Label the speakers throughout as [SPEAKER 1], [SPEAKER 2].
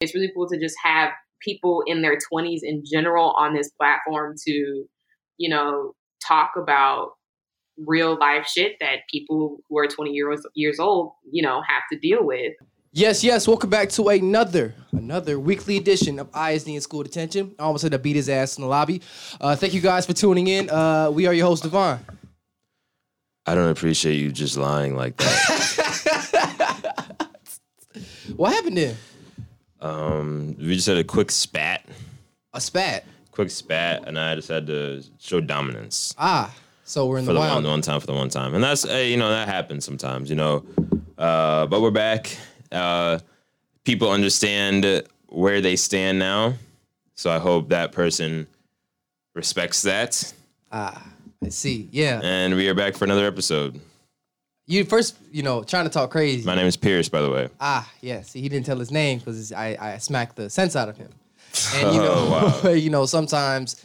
[SPEAKER 1] It's really cool to just have people in their 20s in general on this platform to, you know, talk about real life shit that people who are 20 years years old, you know, have to deal with.
[SPEAKER 2] Yes, yes. Welcome back to another another weekly edition of ISD in School Detention. I almost had to beat his ass in the lobby. Uh, thank you guys for tuning in. Uh, we are your host Devon.
[SPEAKER 3] I don't appreciate you just lying like that.
[SPEAKER 2] What happened there?
[SPEAKER 3] um, we just had a quick spat,
[SPEAKER 2] A spat.
[SPEAKER 3] quick spat, and I just had to show dominance
[SPEAKER 2] Ah, so we're in
[SPEAKER 3] for
[SPEAKER 2] the
[SPEAKER 3] the one,
[SPEAKER 2] wild.
[SPEAKER 3] the one time for the one time, and that's uh, you know that happens sometimes, you know. Uh, but we're back. Uh, people understand where they stand now, so I hope that person respects that.
[SPEAKER 2] I see. Yeah.
[SPEAKER 3] And we are back for another episode.
[SPEAKER 2] You first, you know, trying to talk crazy.
[SPEAKER 3] My name is Pierce, by the way.
[SPEAKER 2] Ah, yeah. See, he didn't tell his name because I, I smacked the sense out of him. And you know,
[SPEAKER 3] Oh,
[SPEAKER 2] you know, sometimes,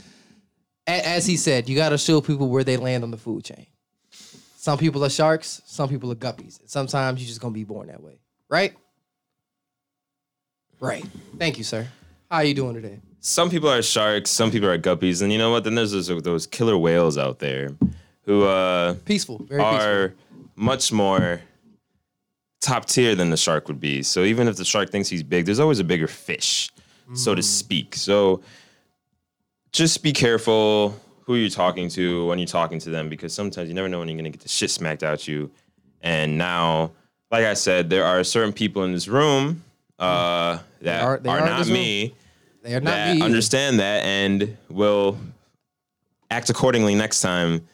[SPEAKER 2] a, as he said, you gotta show people where they land on the food chain. Some people are sharks. Some people are guppies. Sometimes you're just gonna be born that way, right? Right. Thank you, sir. How you doing today?
[SPEAKER 3] some people are sharks, some people are guppies, and you know what? Then there's those, those killer whales out there who uh,
[SPEAKER 2] Peaceful. Very peaceful.
[SPEAKER 3] are much more top tier than the shark would be. So even if the shark thinks he's big, there's always a bigger fish, so
[SPEAKER 2] Mm.
[SPEAKER 3] to speak. So just be careful who you're talking to when you're talking to them because sometimes you never know when you're going to get the shit smacked out you. And now, like I said, there are certain people in this room uh, that
[SPEAKER 2] are-
[SPEAKER 3] are,
[SPEAKER 2] Mm. they are in
[SPEAKER 3] not
[SPEAKER 2] this room.
[SPEAKER 3] me
[SPEAKER 2] They are not
[SPEAKER 3] that
[SPEAKER 2] me. either.
[SPEAKER 3] understand that and will act accordingly next time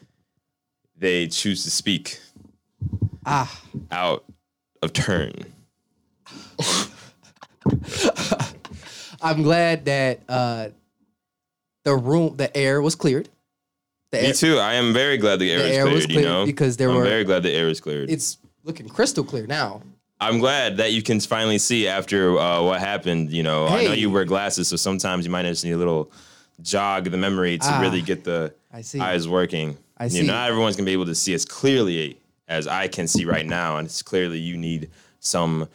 [SPEAKER 3] they choose to speak
[SPEAKER 2] Ah.
[SPEAKER 3] out of turn.
[SPEAKER 2] I'm glad that uh, the room, the air was cleared. The
[SPEAKER 3] Me
[SPEAKER 2] air,
[SPEAKER 3] too. I am very glad the air,
[SPEAKER 2] The
[SPEAKER 3] is
[SPEAKER 2] air
[SPEAKER 3] cleared,
[SPEAKER 2] was
[SPEAKER 3] You
[SPEAKER 2] cleared
[SPEAKER 3] know,
[SPEAKER 2] because there
[SPEAKER 3] I'm
[SPEAKER 2] were-
[SPEAKER 3] very glad the air is cleared.
[SPEAKER 2] It's looking crystal clear now.
[SPEAKER 3] I'm glad that you can finally see after uh, what happened. You know, I know
[SPEAKER 2] Hey.
[SPEAKER 3] you wear glasses, so sometimes you might just need a little jog the memory to
[SPEAKER 2] Ah,
[SPEAKER 3] really get the
[SPEAKER 2] I see.
[SPEAKER 3] eyes working.
[SPEAKER 2] I
[SPEAKER 3] You
[SPEAKER 2] see.
[SPEAKER 3] know, not everyone's gonna be able to see as clearly as I can see right now, and it's clearly you need some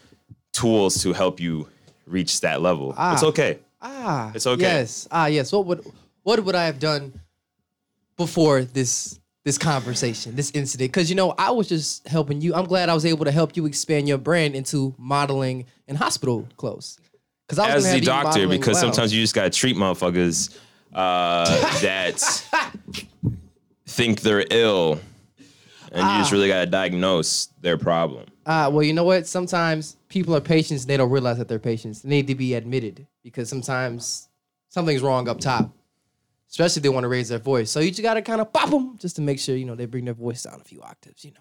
[SPEAKER 3] tools to help you reach that level. It's okay.
[SPEAKER 2] Ah,
[SPEAKER 3] It's okay.
[SPEAKER 2] Yes. Ah, yes. What would what would I have done before this this conversation, this incident? Because you know, I was just helping you. I'm glad I was able to help you expand your brand into modeling and hospital clothes. Because I was gonna
[SPEAKER 3] As the
[SPEAKER 2] have you
[SPEAKER 3] doctor,
[SPEAKER 2] modeling
[SPEAKER 3] because
[SPEAKER 2] well.
[SPEAKER 3] sometimes you just gotta treat motherfuckers uh, that think they're ill, and you
[SPEAKER 2] Ah.
[SPEAKER 3] just really gotta diagnose their problem.
[SPEAKER 2] Uh, well, you know what? Sometimes people are patients and they don't realize that they're patients. They need to be admitted because sometimes something's wrong up top, especially if they want to raise their voice. So you just got to kind of pop them just to make sure, you know, they bring their voice down a few octaves, you know.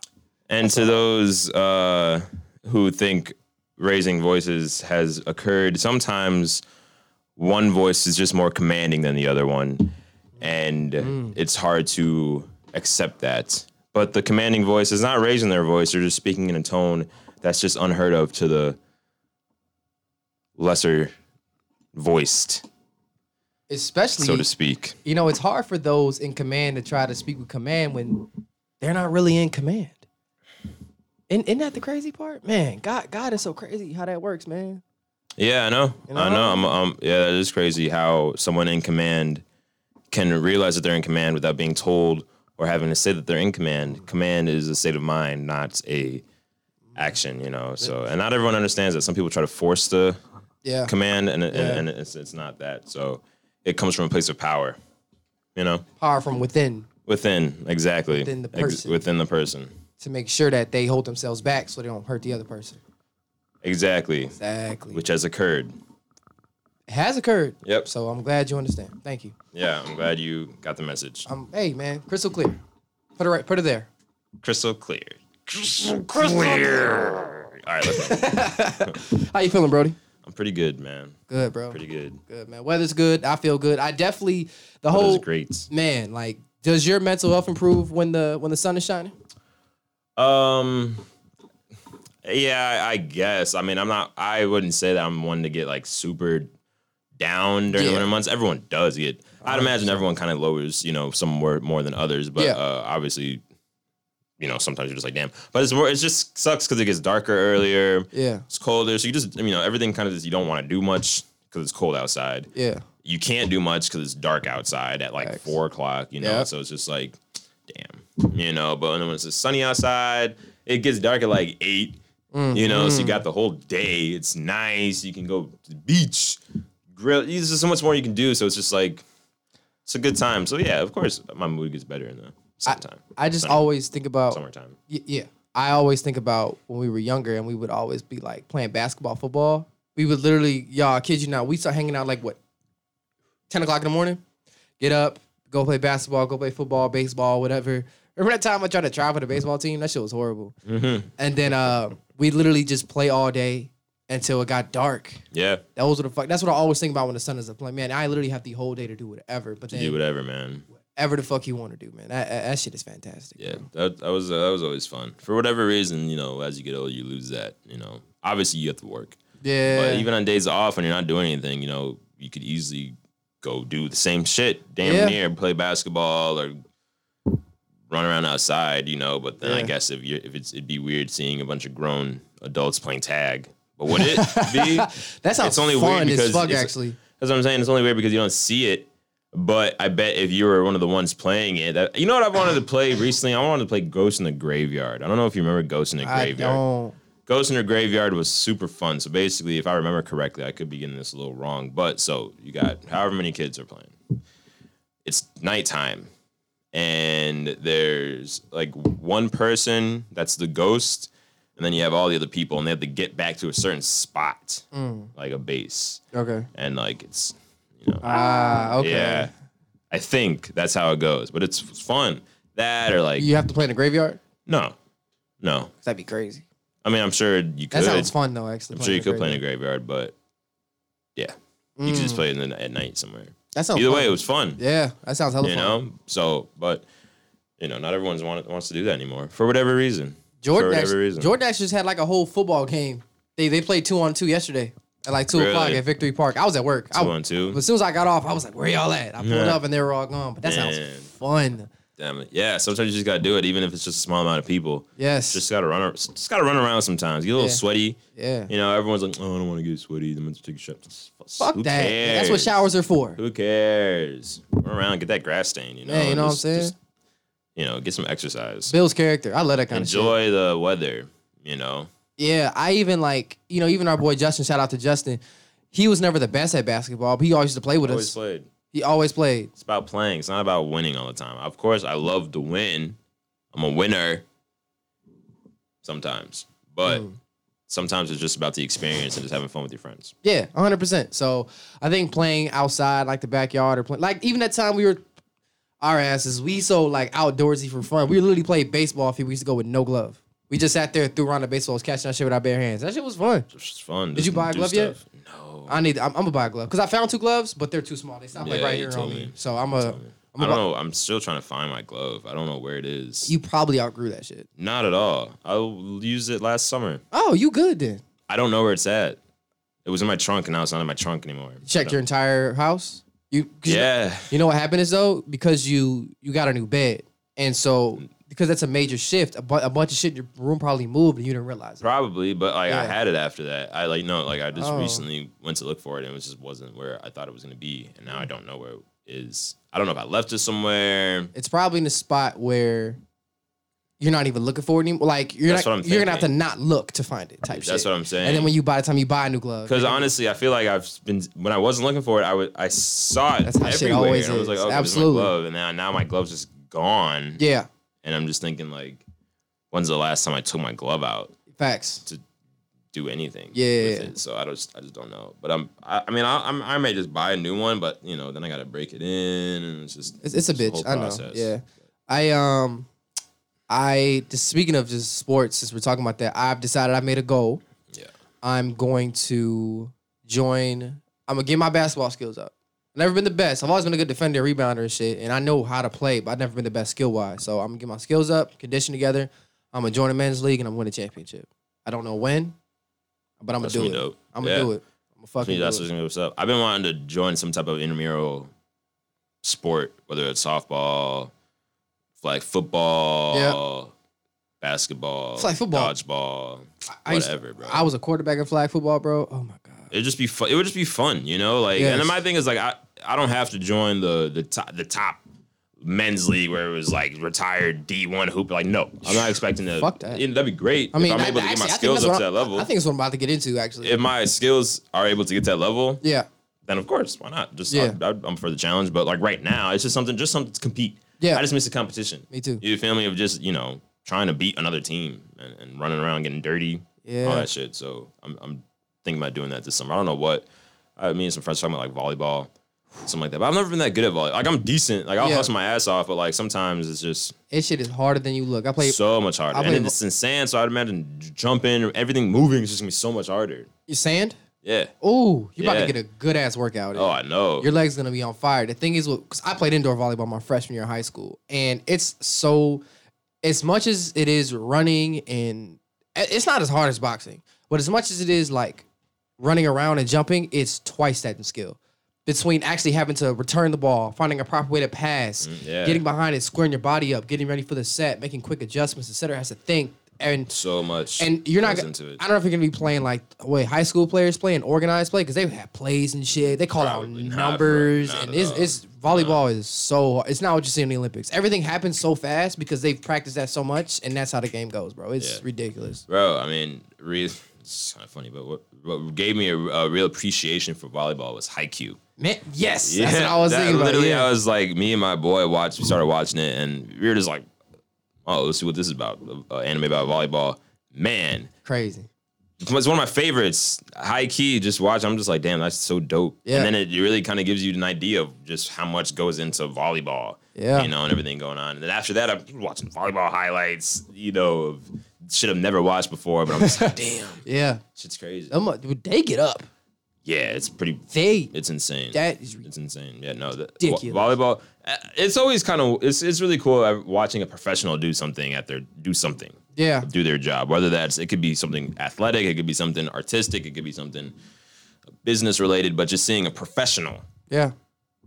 [SPEAKER 3] And to those uh, who think raising voices has occurred, sometimes one voice is just more commanding than the other one. And it's hard to accept that. But the commanding voice is not raising their voice, they're just speaking in a tone that's just unheard of to the lesser voiced,
[SPEAKER 2] Especially,
[SPEAKER 3] so to speak.
[SPEAKER 2] you know, it's hard for those in command to try to speak with command when they're not really in command. And, isn't that the crazy part? Man, God, God is so crazy how that works, man.
[SPEAKER 3] Yeah, I know. I know. I'm, I'm, yeah, that is crazy how someone in command can realize that they're in command without being told or having to say that they're in command. Command is a state of mind, not a action. You know. So, and not everyone understands that. Some people try to force the
[SPEAKER 2] Yeah.
[SPEAKER 3] command, and and, and it's it's not that. So, it comes from a place of power. You know,
[SPEAKER 2] Power from within
[SPEAKER 3] within exactly
[SPEAKER 2] Within the person.
[SPEAKER 3] within the person.
[SPEAKER 2] to make sure that they hold themselves back so they don't hurt the other person.
[SPEAKER 3] Exactly,
[SPEAKER 2] Exactly.
[SPEAKER 3] which has occurred.
[SPEAKER 2] has occurred.
[SPEAKER 3] Yep.
[SPEAKER 2] So I'm glad you understand. Thank you.
[SPEAKER 3] Yeah, I'm glad you got the message.
[SPEAKER 2] Um, hey man, crystal clear. Put it right. Put it there.
[SPEAKER 3] Crystal clear. Crystal clear. All right, let's go.
[SPEAKER 2] How you feeling, Brody?
[SPEAKER 3] I'm pretty good, man.
[SPEAKER 2] Good, bro.
[SPEAKER 3] Pretty good.
[SPEAKER 2] Good man. Weather's good. I feel good. I definitely the
[SPEAKER 3] That
[SPEAKER 2] whole
[SPEAKER 3] was great.
[SPEAKER 2] man. Like, does your mental health improve when the when the sun is shining?
[SPEAKER 3] Um, yeah, I I guess. I mean, I'm not. I wouldn't say that I'm one to get like super down during
[SPEAKER 2] Yeah.
[SPEAKER 3] the winter months. Everyone does get. I'd imagine everyone kind of lowers, you know, some more more than others. But
[SPEAKER 2] Yeah.
[SPEAKER 3] uh, obviously, you know, sometimes you're just like, damn. But it's more, it just sucks because it gets darker earlier.
[SPEAKER 2] Yeah.
[SPEAKER 3] It's colder. So you just, you know, everything kind of just, you don't want to do much because it's cold outside.
[SPEAKER 2] Yeah.
[SPEAKER 3] You can't do much because it's dark outside at like
[SPEAKER 2] Facts.
[SPEAKER 3] four o'clock, you know?
[SPEAKER 2] Yeah.
[SPEAKER 3] So it's just like, damn, you know? But when it's sunny outside, it gets dark at like eight,
[SPEAKER 2] Mm,
[SPEAKER 3] you know? So you
[SPEAKER 2] mm.
[SPEAKER 3] got the whole day. It's nice. You can go to the beach, grill. There's just so much more you can do. So it's just like, it's a good time. So yeah, of course, my mood gets better in the summertime.
[SPEAKER 2] I just
[SPEAKER 3] Sunny.
[SPEAKER 2] always think about
[SPEAKER 3] summertime.
[SPEAKER 2] Y- yeah. I always think about when we were younger and we would always be like playing basketball, football. We would literally, y'all, I kid you not, we start hanging out like what, 10 o'clock in the morning? Get up, go play basketball, go play football, baseball, whatever. Remember that time I tried to try for the baseball team? That shit was horrible.
[SPEAKER 3] Mm-hmm.
[SPEAKER 2] And then uh, we literally just play all day until it got dark.
[SPEAKER 3] Yeah.
[SPEAKER 2] Those were the fuck. That's what I always think about when the sun is up. Like, man, I literally have the whole day to do whatever. But
[SPEAKER 3] To do
[SPEAKER 2] then,
[SPEAKER 3] whatever, man.
[SPEAKER 2] whatever the fuck you want to do, man. That, that that shit is fantastic.
[SPEAKER 3] Yeah,
[SPEAKER 2] bro.
[SPEAKER 3] that, that was that was always fun. For whatever reason, you know, as you get older, you lose that. You know, obviously you have to work,
[SPEAKER 2] Yeah.
[SPEAKER 3] but even on days off when you're not doing anything, you know, you could easily go do the same shit, damn
[SPEAKER 2] Yeah.
[SPEAKER 3] near play basketball or run around outside. You know, but then I
[SPEAKER 2] Yeah.
[SPEAKER 3] guess if you are if it's it'd be weird seeing a bunch of grown adults playing tag. But would it be?
[SPEAKER 2] That sounds
[SPEAKER 3] It's only
[SPEAKER 2] fun
[SPEAKER 3] weird
[SPEAKER 2] as
[SPEAKER 3] because
[SPEAKER 2] fuck,
[SPEAKER 3] it's-
[SPEAKER 2] actually.
[SPEAKER 3] That's what I'm saying. It's only weird because you don't see it. But I bet if you were one of the ones playing it, that, you know what I wanted to play recently? I wanted to play Ghost in the Graveyard. I don't know if you remember Ghost in the
[SPEAKER 2] I
[SPEAKER 3] Graveyard.
[SPEAKER 2] don't.
[SPEAKER 3] Ghost in the Graveyard was super fun. So basically, if I remember correctly, I could be getting this a little wrong. But so you got however many kids are playing. It's nighttime. And there's like one person that's the ghost. And then you have all the other people, and they have to get back to a certain spot,
[SPEAKER 2] Mm,
[SPEAKER 3] like a base.
[SPEAKER 2] okay.
[SPEAKER 3] And like it's, you know.
[SPEAKER 2] Ah, okay.
[SPEAKER 3] Yeah. I think that's how it goes, but it's it's fun. That or like
[SPEAKER 2] You have to play in a graveyard?
[SPEAKER 3] no, no.
[SPEAKER 2] That'd be crazy.
[SPEAKER 3] I mean, I'm sure you
[SPEAKER 2] That
[SPEAKER 3] could.
[SPEAKER 2] sounds fun, though, actually.
[SPEAKER 3] I'm sure you could play in a
[SPEAKER 2] graveyard.
[SPEAKER 3] graveyard, but you could
[SPEAKER 2] Mm,
[SPEAKER 3] just play it in the, at night somewhere.
[SPEAKER 2] That sounds
[SPEAKER 3] Either way,
[SPEAKER 2] fun.
[SPEAKER 3] it was fun.
[SPEAKER 2] Oh, Yeah, that sounds hella
[SPEAKER 3] You
[SPEAKER 2] fun.
[SPEAKER 3] know, so but you know, not everyone's want, wants to do that anymore for whatever reason.
[SPEAKER 2] Jordan,
[SPEAKER 3] for
[SPEAKER 2] actually,
[SPEAKER 3] whatever reason.
[SPEAKER 2] Jordan actually just had like a whole football game. They they played two on two yesterday at like two o'clock
[SPEAKER 3] Really?
[SPEAKER 2] at Victory Park. I was at work. I-
[SPEAKER 3] Two on two.
[SPEAKER 2] but as soon as I got off, I was like, "Where y'all at?" I pulled
[SPEAKER 3] Yeah.
[SPEAKER 2] up and they were all gone. But that
[SPEAKER 3] Man.
[SPEAKER 2] sounds fun.
[SPEAKER 3] Damn it. Yeah, sometimes you just gotta do it, even if it's just a small amount of people.
[SPEAKER 2] Yes.
[SPEAKER 3] Just gotta run. ar- Just gotta run around sometimes. Get a little
[SPEAKER 2] Yeah.
[SPEAKER 3] sweaty.
[SPEAKER 2] yeah.
[SPEAKER 3] You know, everyone's like, "Oh, I don't want to get sweaty. I'm gonna take a shot."
[SPEAKER 2] Fuck
[SPEAKER 3] Who
[SPEAKER 2] that. That's what
[SPEAKER 3] cares?
[SPEAKER 2] showers are for.
[SPEAKER 3] Who cares? Run around, get that grass stain, you know.
[SPEAKER 2] Yeah, you
[SPEAKER 3] and
[SPEAKER 2] know what I'm
[SPEAKER 3] just-
[SPEAKER 2] saying?
[SPEAKER 3] just, you know, get some exercise.
[SPEAKER 2] Bill's character. I love that kind of shit.
[SPEAKER 3] Enjoy the weather, you know.
[SPEAKER 2] Yeah, I even like you know even our boy Justin. Shout out to Justin. He was never the best at basketball, but he always used to play with
[SPEAKER 3] Always
[SPEAKER 2] us.
[SPEAKER 3] played.
[SPEAKER 2] He always played.
[SPEAKER 3] It's about playing. It's not about winning all the time. Of course, I love to win. I'm a winner sometimes. But
[SPEAKER 2] Mm.
[SPEAKER 3] sometimes it's just about the experience and just having fun with your friends.
[SPEAKER 2] Yeah, hundred percent. So I think playing outside, like the backyard, or playing like even that time we were our asses. We so like outdoorsy for fun. We literally played baseball a few weeks ago with no glove. We just sat there, threw around the baseballs, catching that shit with our bare hands. That shit was fun.
[SPEAKER 3] It's just fun.
[SPEAKER 2] Did you buy a glove yet?
[SPEAKER 3] yet? No.
[SPEAKER 2] I need. I'm, I'm gonna buy a glove because I found two gloves, but they're too small. They stopped like
[SPEAKER 3] Yeah,
[SPEAKER 2] right here
[SPEAKER 3] you
[SPEAKER 2] on
[SPEAKER 3] told
[SPEAKER 2] me.
[SPEAKER 3] me.
[SPEAKER 2] So I'm a. uh, I'm
[SPEAKER 3] I
[SPEAKER 2] a
[SPEAKER 3] don't know. I'm still trying to find my glove. I don't know where it is.
[SPEAKER 2] You probably outgrew that shit.
[SPEAKER 3] Not at all. I used it last summer.
[SPEAKER 2] Oh, you good then?
[SPEAKER 3] I don't know where it's at. It was in my trunk, and now it's not in my trunk anymore.
[SPEAKER 2] Checked your entire house. You 'cause you-
[SPEAKER 3] Yeah,
[SPEAKER 2] You know what happened is though because you you got a new bed, and so because that's a major shift, a, bu- a bunch of shit in your room probably moved and you didn't realize it.
[SPEAKER 3] probably. But like, I
[SPEAKER 2] Yeah.
[SPEAKER 3] had it after that. I like no, like I just
[SPEAKER 2] Oh.
[SPEAKER 3] recently went to look for it, and it just wasn't where I thought it was gonna be. And now I don't know where it is. I don't know if I left it somewhere.
[SPEAKER 2] It's probably in the spot where you're not even looking for it anymore. Like you're
[SPEAKER 3] That's
[SPEAKER 2] not,
[SPEAKER 3] what I'm
[SPEAKER 2] you're gonna have to
[SPEAKER 3] thinking.
[SPEAKER 2] not look to find it. Type shit.
[SPEAKER 3] That's what I'm saying.
[SPEAKER 2] And then when you by the time you buy a new glove,
[SPEAKER 3] because honestly, I feel like I've been when I wasn't looking for it, I would I saw it
[SPEAKER 2] That's how shit
[SPEAKER 3] everywhere,
[SPEAKER 2] always
[SPEAKER 3] and I was like,
[SPEAKER 2] is.
[SPEAKER 3] oh,
[SPEAKER 2] Absolutely.
[SPEAKER 3] Absolutely. my glove, and now now my glove's just gone,
[SPEAKER 2] yeah,
[SPEAKER 3] and I'm just thinking like, when's the last time I took my glove out?
[SPEAKER 2] facts.
[SPEAKER 3] do anything.
[SPEAKER 2] Yeah.
[SPEAKER 3] With it. So I just I just don't know. But I'm I, I mean I I'm, I may just buy a new one, but you know then I gotta break it in and it's just
[SPEAKER 2] It's, it's a
[SPEAKER 3] the
[SPEAKER 2] bitch.
[SPEAKER 3] whole
[SPEAKER 2] I know.
[SPEAKER 3] process.
[SPEAKER 2] Yeah, I um, I just speaking of just sports, since we're talking about that, I've decided I made a goal.
[SPEAKER 3] Yeah.
[SPEAKER 2] I'm going to join. I'm gonna get my basketball skills up. I've never been the best. I've always been a good defender, rebounder, and shit. And I know how to play, but I've never been the best skill wise. So I'm gonna get my skills up, condition together. I'm gonna join a men's league and I'm gonna win a championship. I don't know when, but I'm gonna
[SPEAKER 3] That's
[SPEAKER 2] do
[SPEAKER 3] gonna
[SPEAKER 2] it.
[SPEAKER 3] be dope.
[SPEAKER 2] I'm gonna
[SPEAKER 3] Yeah.
[SPEAKER 2] do it. I'm gonna
[SPEAKER 3] I mean,
[SPEAKER 2] fucking
[SPEAKER 3] that's
[SPEAKER 2] do
[SPEAKER 3] what's
[SPEAKER 2] it.
[SPEAKER 3] gonna be what's up. I've been wanting to join some type of intramural sport, whether it's softball, flag football, basketball,
[SPEAKER 2] It's like football.
[SPEAKER 3] dodgeball,
[SPEAKER 2] I used to-
[SPEAKER 3] whatever, bro.
[SPEAKER 2] I was a quarterback in flag football, bro. Oh my god.
[SPEAKER 3] It'd just be fun. It would just be fun, you know. Like,
[SPEAKER 2] Yes.
[SPEAKER 3] and my thing is like, I I don't have to join the the top the top men's league where it was like retired D one hoop. Like, no, I'm not expecting to.
[SPEAKER 2] Fuck that.
[SPEAKER 3] You know, that'd be great.
[SPEAKER 2] I mean,
[SPEAKER 3] if I'm
[SPEAKER 2] I-
[SPEAKER 3] able to get
[SPEAKER 2] actually,
[SPEAKER 3] my
[SPEAKER 2] I think
[SPEAKER 3] skills
[SPEAKER 2] that's
[SPEAKER 3] up
[SPEAKER 2] what
[SPEAKER 3] to that
[SPEAKER 2] I-
[SPEAKER 3] level.
[SPEAKER 2] I think it's what I'm about to get into, actually.
[SPEAKER 3] if my skills are able to get to that level,
[SPEAKER 2] yeah,
[SPEAKER 3] then of course, why not? Just
[SPEAKER 2] Yeah.
[SPEAKER 3] I, I, I'm for the challenge. But like right now, it's just something, just something to compete.
[SPEAKER 2] Yeah.
[SPEAKER 3] I just Oh, miss the competition.
[SPEAKER 2] me too.
[SPEAKER 3] You feel me? Of just you know trying to beat another team and, and running around getting dirty,
[SPEAKER 2] Yeah.
[SPEAKER 3] all that shit. So I'm, I'm thinking about doing that this summer. I don't know what. I me and some friends talking about like volleyball, something like that. But I've never been that good at volleyball. Like I'm decent. Like I'll
[SPEAKER 2] Yeah.
[SPEAKER 3] hustle my ass off, but like sometimes it's just
[SPEAKER 2] It shit is harder than you look. I played
[SPEAKER 3] so much harder.
[SPEAKER 2] I play
[SPEAKER 3] and it's in sand, so I'd imagine j- jumping, everything moving is just gonna be so much harder.
[SPEAKER 2] you sand.
[SPEAKER 3] Yeah.
[SPEAKER 2] Oh, you're about
[SPEAKER 3] Yeah.
[SPEAKER 2] to get a good ass workout. in.
[SPEAKER 3] Oh, I know.
[SPEAKER 2] Your leg's gonna be on fire. The thing is, because I played indoor volleyball my freshman year of high school, and it's so, as much as it is running and it- it's not as hard as boxing, but as much as it is like running around and jumping, it's twice that in skill. Between actually having to return the ball, finding a proper way to pass,
[SPEAKER 3] Mm, yeah.
[SPEAKER 2] getting behind it, squaring your body up, getting ready for the set, making quick adjustments, etc., has to think and
[SPEAKER 3] so much.
[SPEAKER 2] and you're not.
[SPEAKER 3] goes
[SPEAKER 2] gonna-
[SPEAKER 3] into it.
[SPEAKER 2] I don't know if you're gonna be playing like wait high school players play and organized play because they have plays and shit. They call
[SPEAKER 3] Probably
[SPEAKER 2] out
[SPEAKER 3] not, bro.
[SPEAKER 2] numbers
[SPEAKER 3] Not
[SPEAKER 2] and
[SPEAKER 3] at
[SPEAKER 2] it's,
[SPEAKER 3] all.
[SPEAKER 2] it's volleyball is so. It's not what you see in the Olympics. Everything happens so fast because they've practiced that so much and that's how the game goes, bro. It's
[SPEAKER 3] Yeah.
[SPEAKER 2] ridiculous.
[SPEAKER 3] bro. I mean, re- it's kind of funny, but what, what gave me a, a real appreciation for volleyball was Haikyuu.
[SPEAKER 2] Man, yes, that's what I was
[SPEAKER 3] that-
[SPEAKER 2] thinking about.
[SPEAKER 3] Literally,
[SPEAKER 2] yeah.
[SPEAKER 3] I was like, me and my boy watched. We started watching it, and we were just like, "Oh, let's see what this is about." Uh, anime about volleyball. Man,
[SPEAKER 2] crazy.
[SPEAKER 3] it's one of my favorites. High key, just watch. I'm just like, damn, that's so dope.
[SPEAKER 2] Yeah.
[SPEAKER 3] And then it really kind of gives you an idea of just how much goes into volleyball.
[SPEAKER 2] Yeah.
[SPEAKER 3] You know, and everything going on. And then after that, I'm watching volleyball highlights. You know, of shit I've never watched before. But I'm just like, damn,
[SPEAKER 2] Yeah,
[SPEAKER 3] shit's crazy.
[SPEAKER 2] Them mu- dude, they get up.
[SPEAKER 3] Yeah, it's pretty.
[SPEAKER 2] They
[SPEAKER 3] It's insane.
[SPEAKER 2] that is
[SPEAKER 3] It's insane. Yeah, no, the,
[SPEAKER 2] Ridiculous.
[SPEAKER 3] vo- volleyball. uh, It's always kind of it's it's really cool uh, watching a professional do something at their do something,
[SPEAKER 2] yeah.
[SPEAKER 3] do their job. Whether that's it could be something athletic, it could be something artistic, it could be something business related. But just seeing a professional,
[SPEAKER 2] Yeah,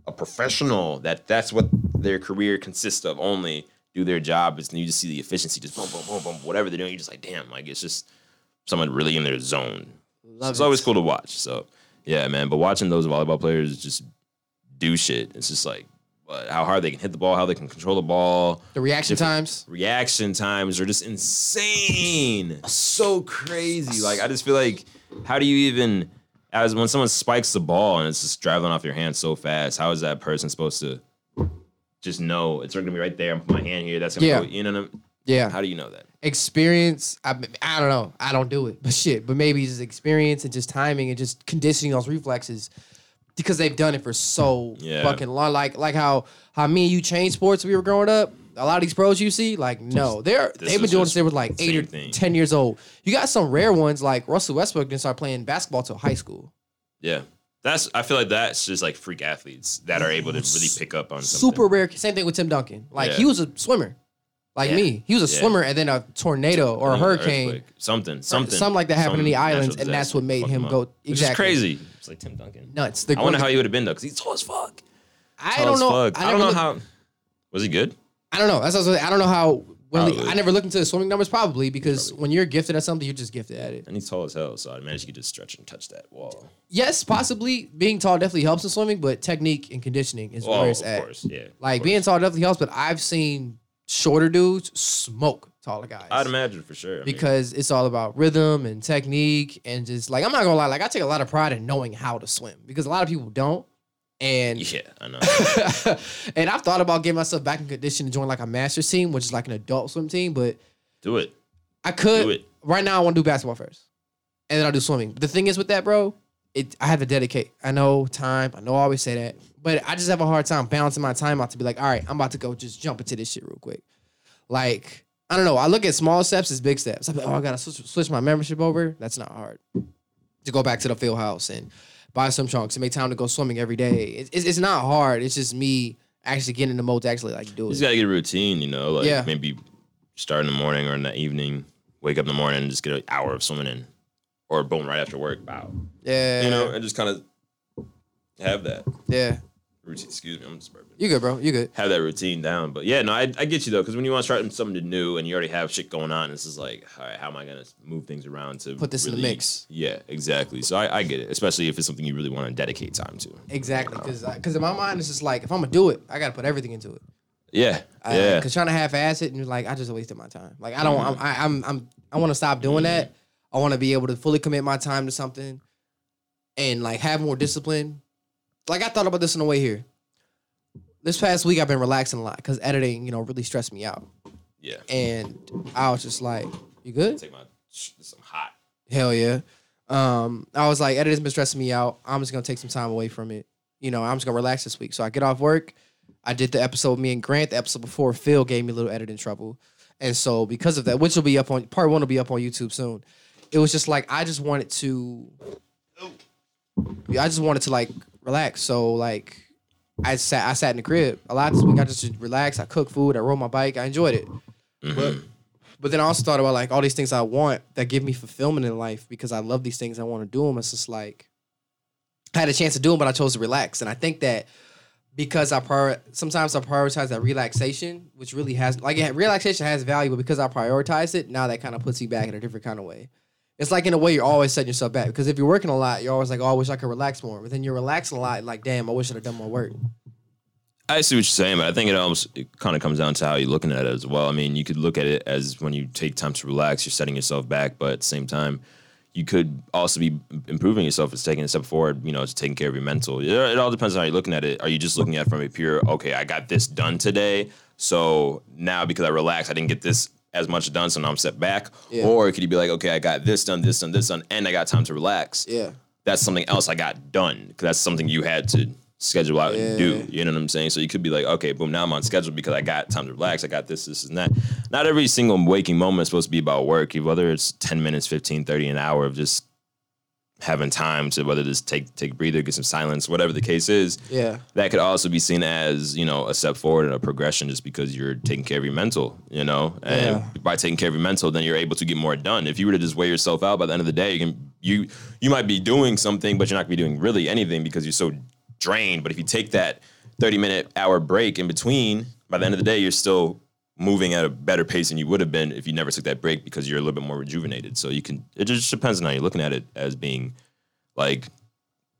[SPEAKER 3] a professional that that's what their career consists of only do their job. Is and you just see the efficiency, just boom, boom, boom, boom, whatever they're doing. You're just like, damn, like it's just someone really in their zone
[SPEAKER 2] love
[SPEAKER 3] it's
[SPEAKER 2] it.
[SPEAKER 3] always cool to watch. So yeah, man. But watching those volleyball players just do shit, it's just like what, how hard they can hit the ball, how they can control the ball,
[SPEAKER 2] the reaction times.
[SPEAKER 3] reaction times are just insane. So crazy. Like I just feel like how do you even as when someone spikes the ball and it's just traveling off your hand so fast, how is that person supposed to just know it's gonna be right there? I'm putting my hand here. That's gonna
[SPEAKER 2] Yeah.
[SPEAKER 3] go. You know, what I'm-
[SPEAKER 2] Yeah,
[SPEAKER 3] how do you know that?
[SPEAKER 2] experience. I, I don't know. I don't do it, but shit. But maybe it's experience and just timing and just conditioning those reflexes because they've done it for so
[SPEAKER 3] Yeah.
[SPEAKER 2] fucking long. Like like how how me and you changed sports. when We were growing up. A lot of these pros you see, like no, they're
[SPEAKER 3] This
[SPEAKER 2] they've been
[SPEAKER 3] is
[SPEAKER 2] doing
[SPEAKER 3] just
[SPEAKER 2] this. They were like eight or
[SPEAKER 3] same thing.
[SPEAKER 2] ten years old. You got some rare ones like Russell Westbrook didn't start playing basketball till high school.
[SPEAKER 3] Yeah. That's I feel like that's just like freak athletes that are able to really pick up on something.
[SPEAKER 2] Super rare. Same thing with Tim Duncan. Like
[SPEAKER 3] Yeah.
[SPEAKER 2] he was a swimmer, like
[SPEAKER 3] Yeah.
[SPEAKER 2] me. He was a
[SPEAKER 3] Yeah.
[SPEAKER 2] swimmer, and then a tornado or a
[SPEAKER 3] An
[SPEAKER 2] hurricane.
[SPEAKER 3] earthquake. something, something,
[SPEAKER 2] something like that happened in the
[SPEAKER 3] some natural
[SPEAKER 2] islands, and that's
[SPEAKER 3] disaster
[SPEAKER 2] what made
[SPEAKER 3] fucked
[SPEAKER 2] him
[SPEAKER 3] up.
[SPEAKER 2] go-
[SPEAKER 3] Which is
[SPEAKER 2] exactly.
[SPEAKER 3] crazy. It's like Tim Duncan.
[SPEAKER 2] Nuts. The
[SPEAKER 3] I wonder
[SPEAKER 2] growth-
[SPEAKER 3] how he would have been though, because he's tall as fuck.
[SPEAKER 2] I
[SPEAKER 3] Tall
[SPEAKER 2] don't
[SPEAKER 3] as
[SPEAKER 2] know.
[SPEAKER 3] fuck. I,
[SPEAKER 2] never
[SPEAKER 3] don't know
[SPEAKER 2] looked-
[SPEAKER 3] how. Was he good?
[SPEAKER 2] I don't know. That's what I, was gonna- I don't know how. Well,
[SPEAKER 3] Probably.
[SPEAKER 2] I never looked into the swimming numbers probably because when you're gifted at something, you're just gifted at it.
[SPEAKER 3] And he's tall as hell, so I imagine he could just stretch and touch that wall.
[SPEAKER 2] Yes, possibly being tall definitely helps in swimming, but technique and conditioning is where
[SPEAKER 3] Well, Oh, of
[SPEAKER 2] it's at.
[SPEAKER 3] course, yeah. of
[SPEAKER 2] Like
[SPEAKER 3] course.
[SPEAKER 2] being tall definitely helps, but I've seen shorter dudes smoke taller guys.
[SPEAKER 3] I'd imagine for sure. I mean,
[SPEAKER 2] because it's all about rhythm and technique and just like I'm not gonna lie, like I take a lot of pride in knowing how to swim because a lot of people don't. And
[SPEAKER 3] yeah, I know.
[SPEAKER 2] and I've thought about getting myself back in condition to join like a master's team, which is like an adult swim team, but
[SPEAKER 3] Do it.
[SPEAKER 2] I could
[SPEAKER 3] Do it.
[SPEAKER 2] right now. I want to do basketball first, and then I'll do swimming. The thing is with that, bro, it I have to dedicate. I know time. I know I always say that, but I just have a hard time balancing my time out to be like, all right, I'm about to go just jump into this shit real quick. Like I don't know. I look at small steps as big steps. I'm like, oh, I gotta switch, switch my membership over. That's not hard. To go back to the field house and buy some chunks and make time to go swimming every day. It's, it's, it's not hard. It's just me actually getting in the mode to actually like do
[SPEAKER 3] You just
[SPEAKER 2] it.
[SPEAKER 3] gotta get a routine, you know. Like
[SPEAKER 2] Yeah.
[SPEAKER 3] maybe start in the morning or in the evening. Wake up in the morning and just get an hour of swimming in, or boom, right after work. Wow.
[SPEAKER 2] Yeah,
[SPEAKER 3] You know, and just kind of have that.
[SPEAKER 2] yeah.
[SPEAKER 3] routine. Excuse me, I'm just burping.
[SPEAKER 2] You good, bro? You good?
[SPEAKER 3] Have that routine down. But yeah, no, I, I get you though, because when you want to start something new and you already have shit going on, this is like, all right, how am I gonna move things around to
[SPEAKER 2] Put this in the
[SPEAKER 3] really-
[SPEAKER 2] mix.
[SPEAKER 3] Yeah, exactly. So I, I get it, especially if it's something you really want to dedicate time to.
[SPEAKER 2] Exactly, because because in my mind it's just like if I'm gonna do it, I gotta put everything into it.
[SPEAKER 3] Yeah,
[SPEAKER 2] I,
[SPEAKER 3] yeah.
[SPEAKER 2] Because trying to half-ass it and like I just wasted my time. Like I don't. I'm, I, I'm. I'm. I want to stop doing that. I want to be able to fully commit my time to something, and like have more discipline. Like I thought about this on the way here. This past week I've been relaxing a lot because editing, you know, really stressed me out,
[SPEAKER 3] yeah.
[SPEAKER 2] and I was just like, "You good?
[SPEAKER 3] Take my. This I'm hot.
[SPEAKER 2] Hell yeah." Um, I was like, "Editing's been stressing me out. I'm just gonna take some time away from it. You know, I'm just gonna relax this week." So I get off work. I did the episode with me and Grant. The episode before Phil gave me a little editing trouble, and so because of that, which will be up on part one will be up on YouTube soon. It was just like I just wanted to, Yeah, I just wanted to like relax. So like I sat I sat in the crib a lot this week. I just relaxed. I cooked food. I rode my bike. I enjoyed it. But but then I also thought about like all these things I want that give me fulfillment in life because I love these things. I want to do them. It's just like I had a chance to do them, but I chose to relax. And I think that because I prior sometimes I prioritize that relaxation, which really has like yeah, relaxation has value, but because I prioritize it, now that kind of puts you back in a different kind of way. It's like in a way you're always setting yourself back because if you're working a lot, you're always like, "Oh, I wish I could relax more." But then you're relaxing a lot, like, "Damn, I wish I'd have done more work."
[SPEAKER 3] I see what you're saying, but I think it almost it kind of comes down to how you're looking at it as well. I mean, you could look at it as when you take time to relax, you're setting yourself back, but at the same time, you could also be improving yourself. It's taking a step forward. You know, it's taking care of your mental. It it all depends on how you're looking at it. Are you just looking at it from a pure, okay, I got this done today, so now because I relaxed, I didn't get this as much done, so now I'm set back.
[SPEAKER 2] Yeah.
[SPEAKER 3] Or could you be like, okay, I got this done, this done, this done, and I got time to relax
[SPEAKER 2] Yeah,
[SPEAKER 3] that's something else I got done because that's something you had to schedule out and do. You know what I'm saying? So you could be like, okay, boom, now I'm on schedule because I got time to relax. I got this, this, and that. Not every single waking moment is supposed to be about work, whether it's 10 minutes, 15, 30, an hour of just having time to whether just take take a breather, get some silence, whatever the case is
[SPEAKER 2] yeah,
[SPEAKER 3] that could also be seen as you know a step forward and a progression just because you're taking care of your mental you know and
[SPEAKER 2] Yeah.
[SPEAKER 3] by taking care of your mental then you're able to get more done if you were to just wear yourself out by the end of the day you can you you might be doing something but you're not going to be doing really anything because you're so drained but if you take that 30 minute hour break in between by the end of the day you're still moving at a better pace than you would have been if you never took that break because you're a little bit more rejuvenated so you can it just depends on how you're looking at it as being like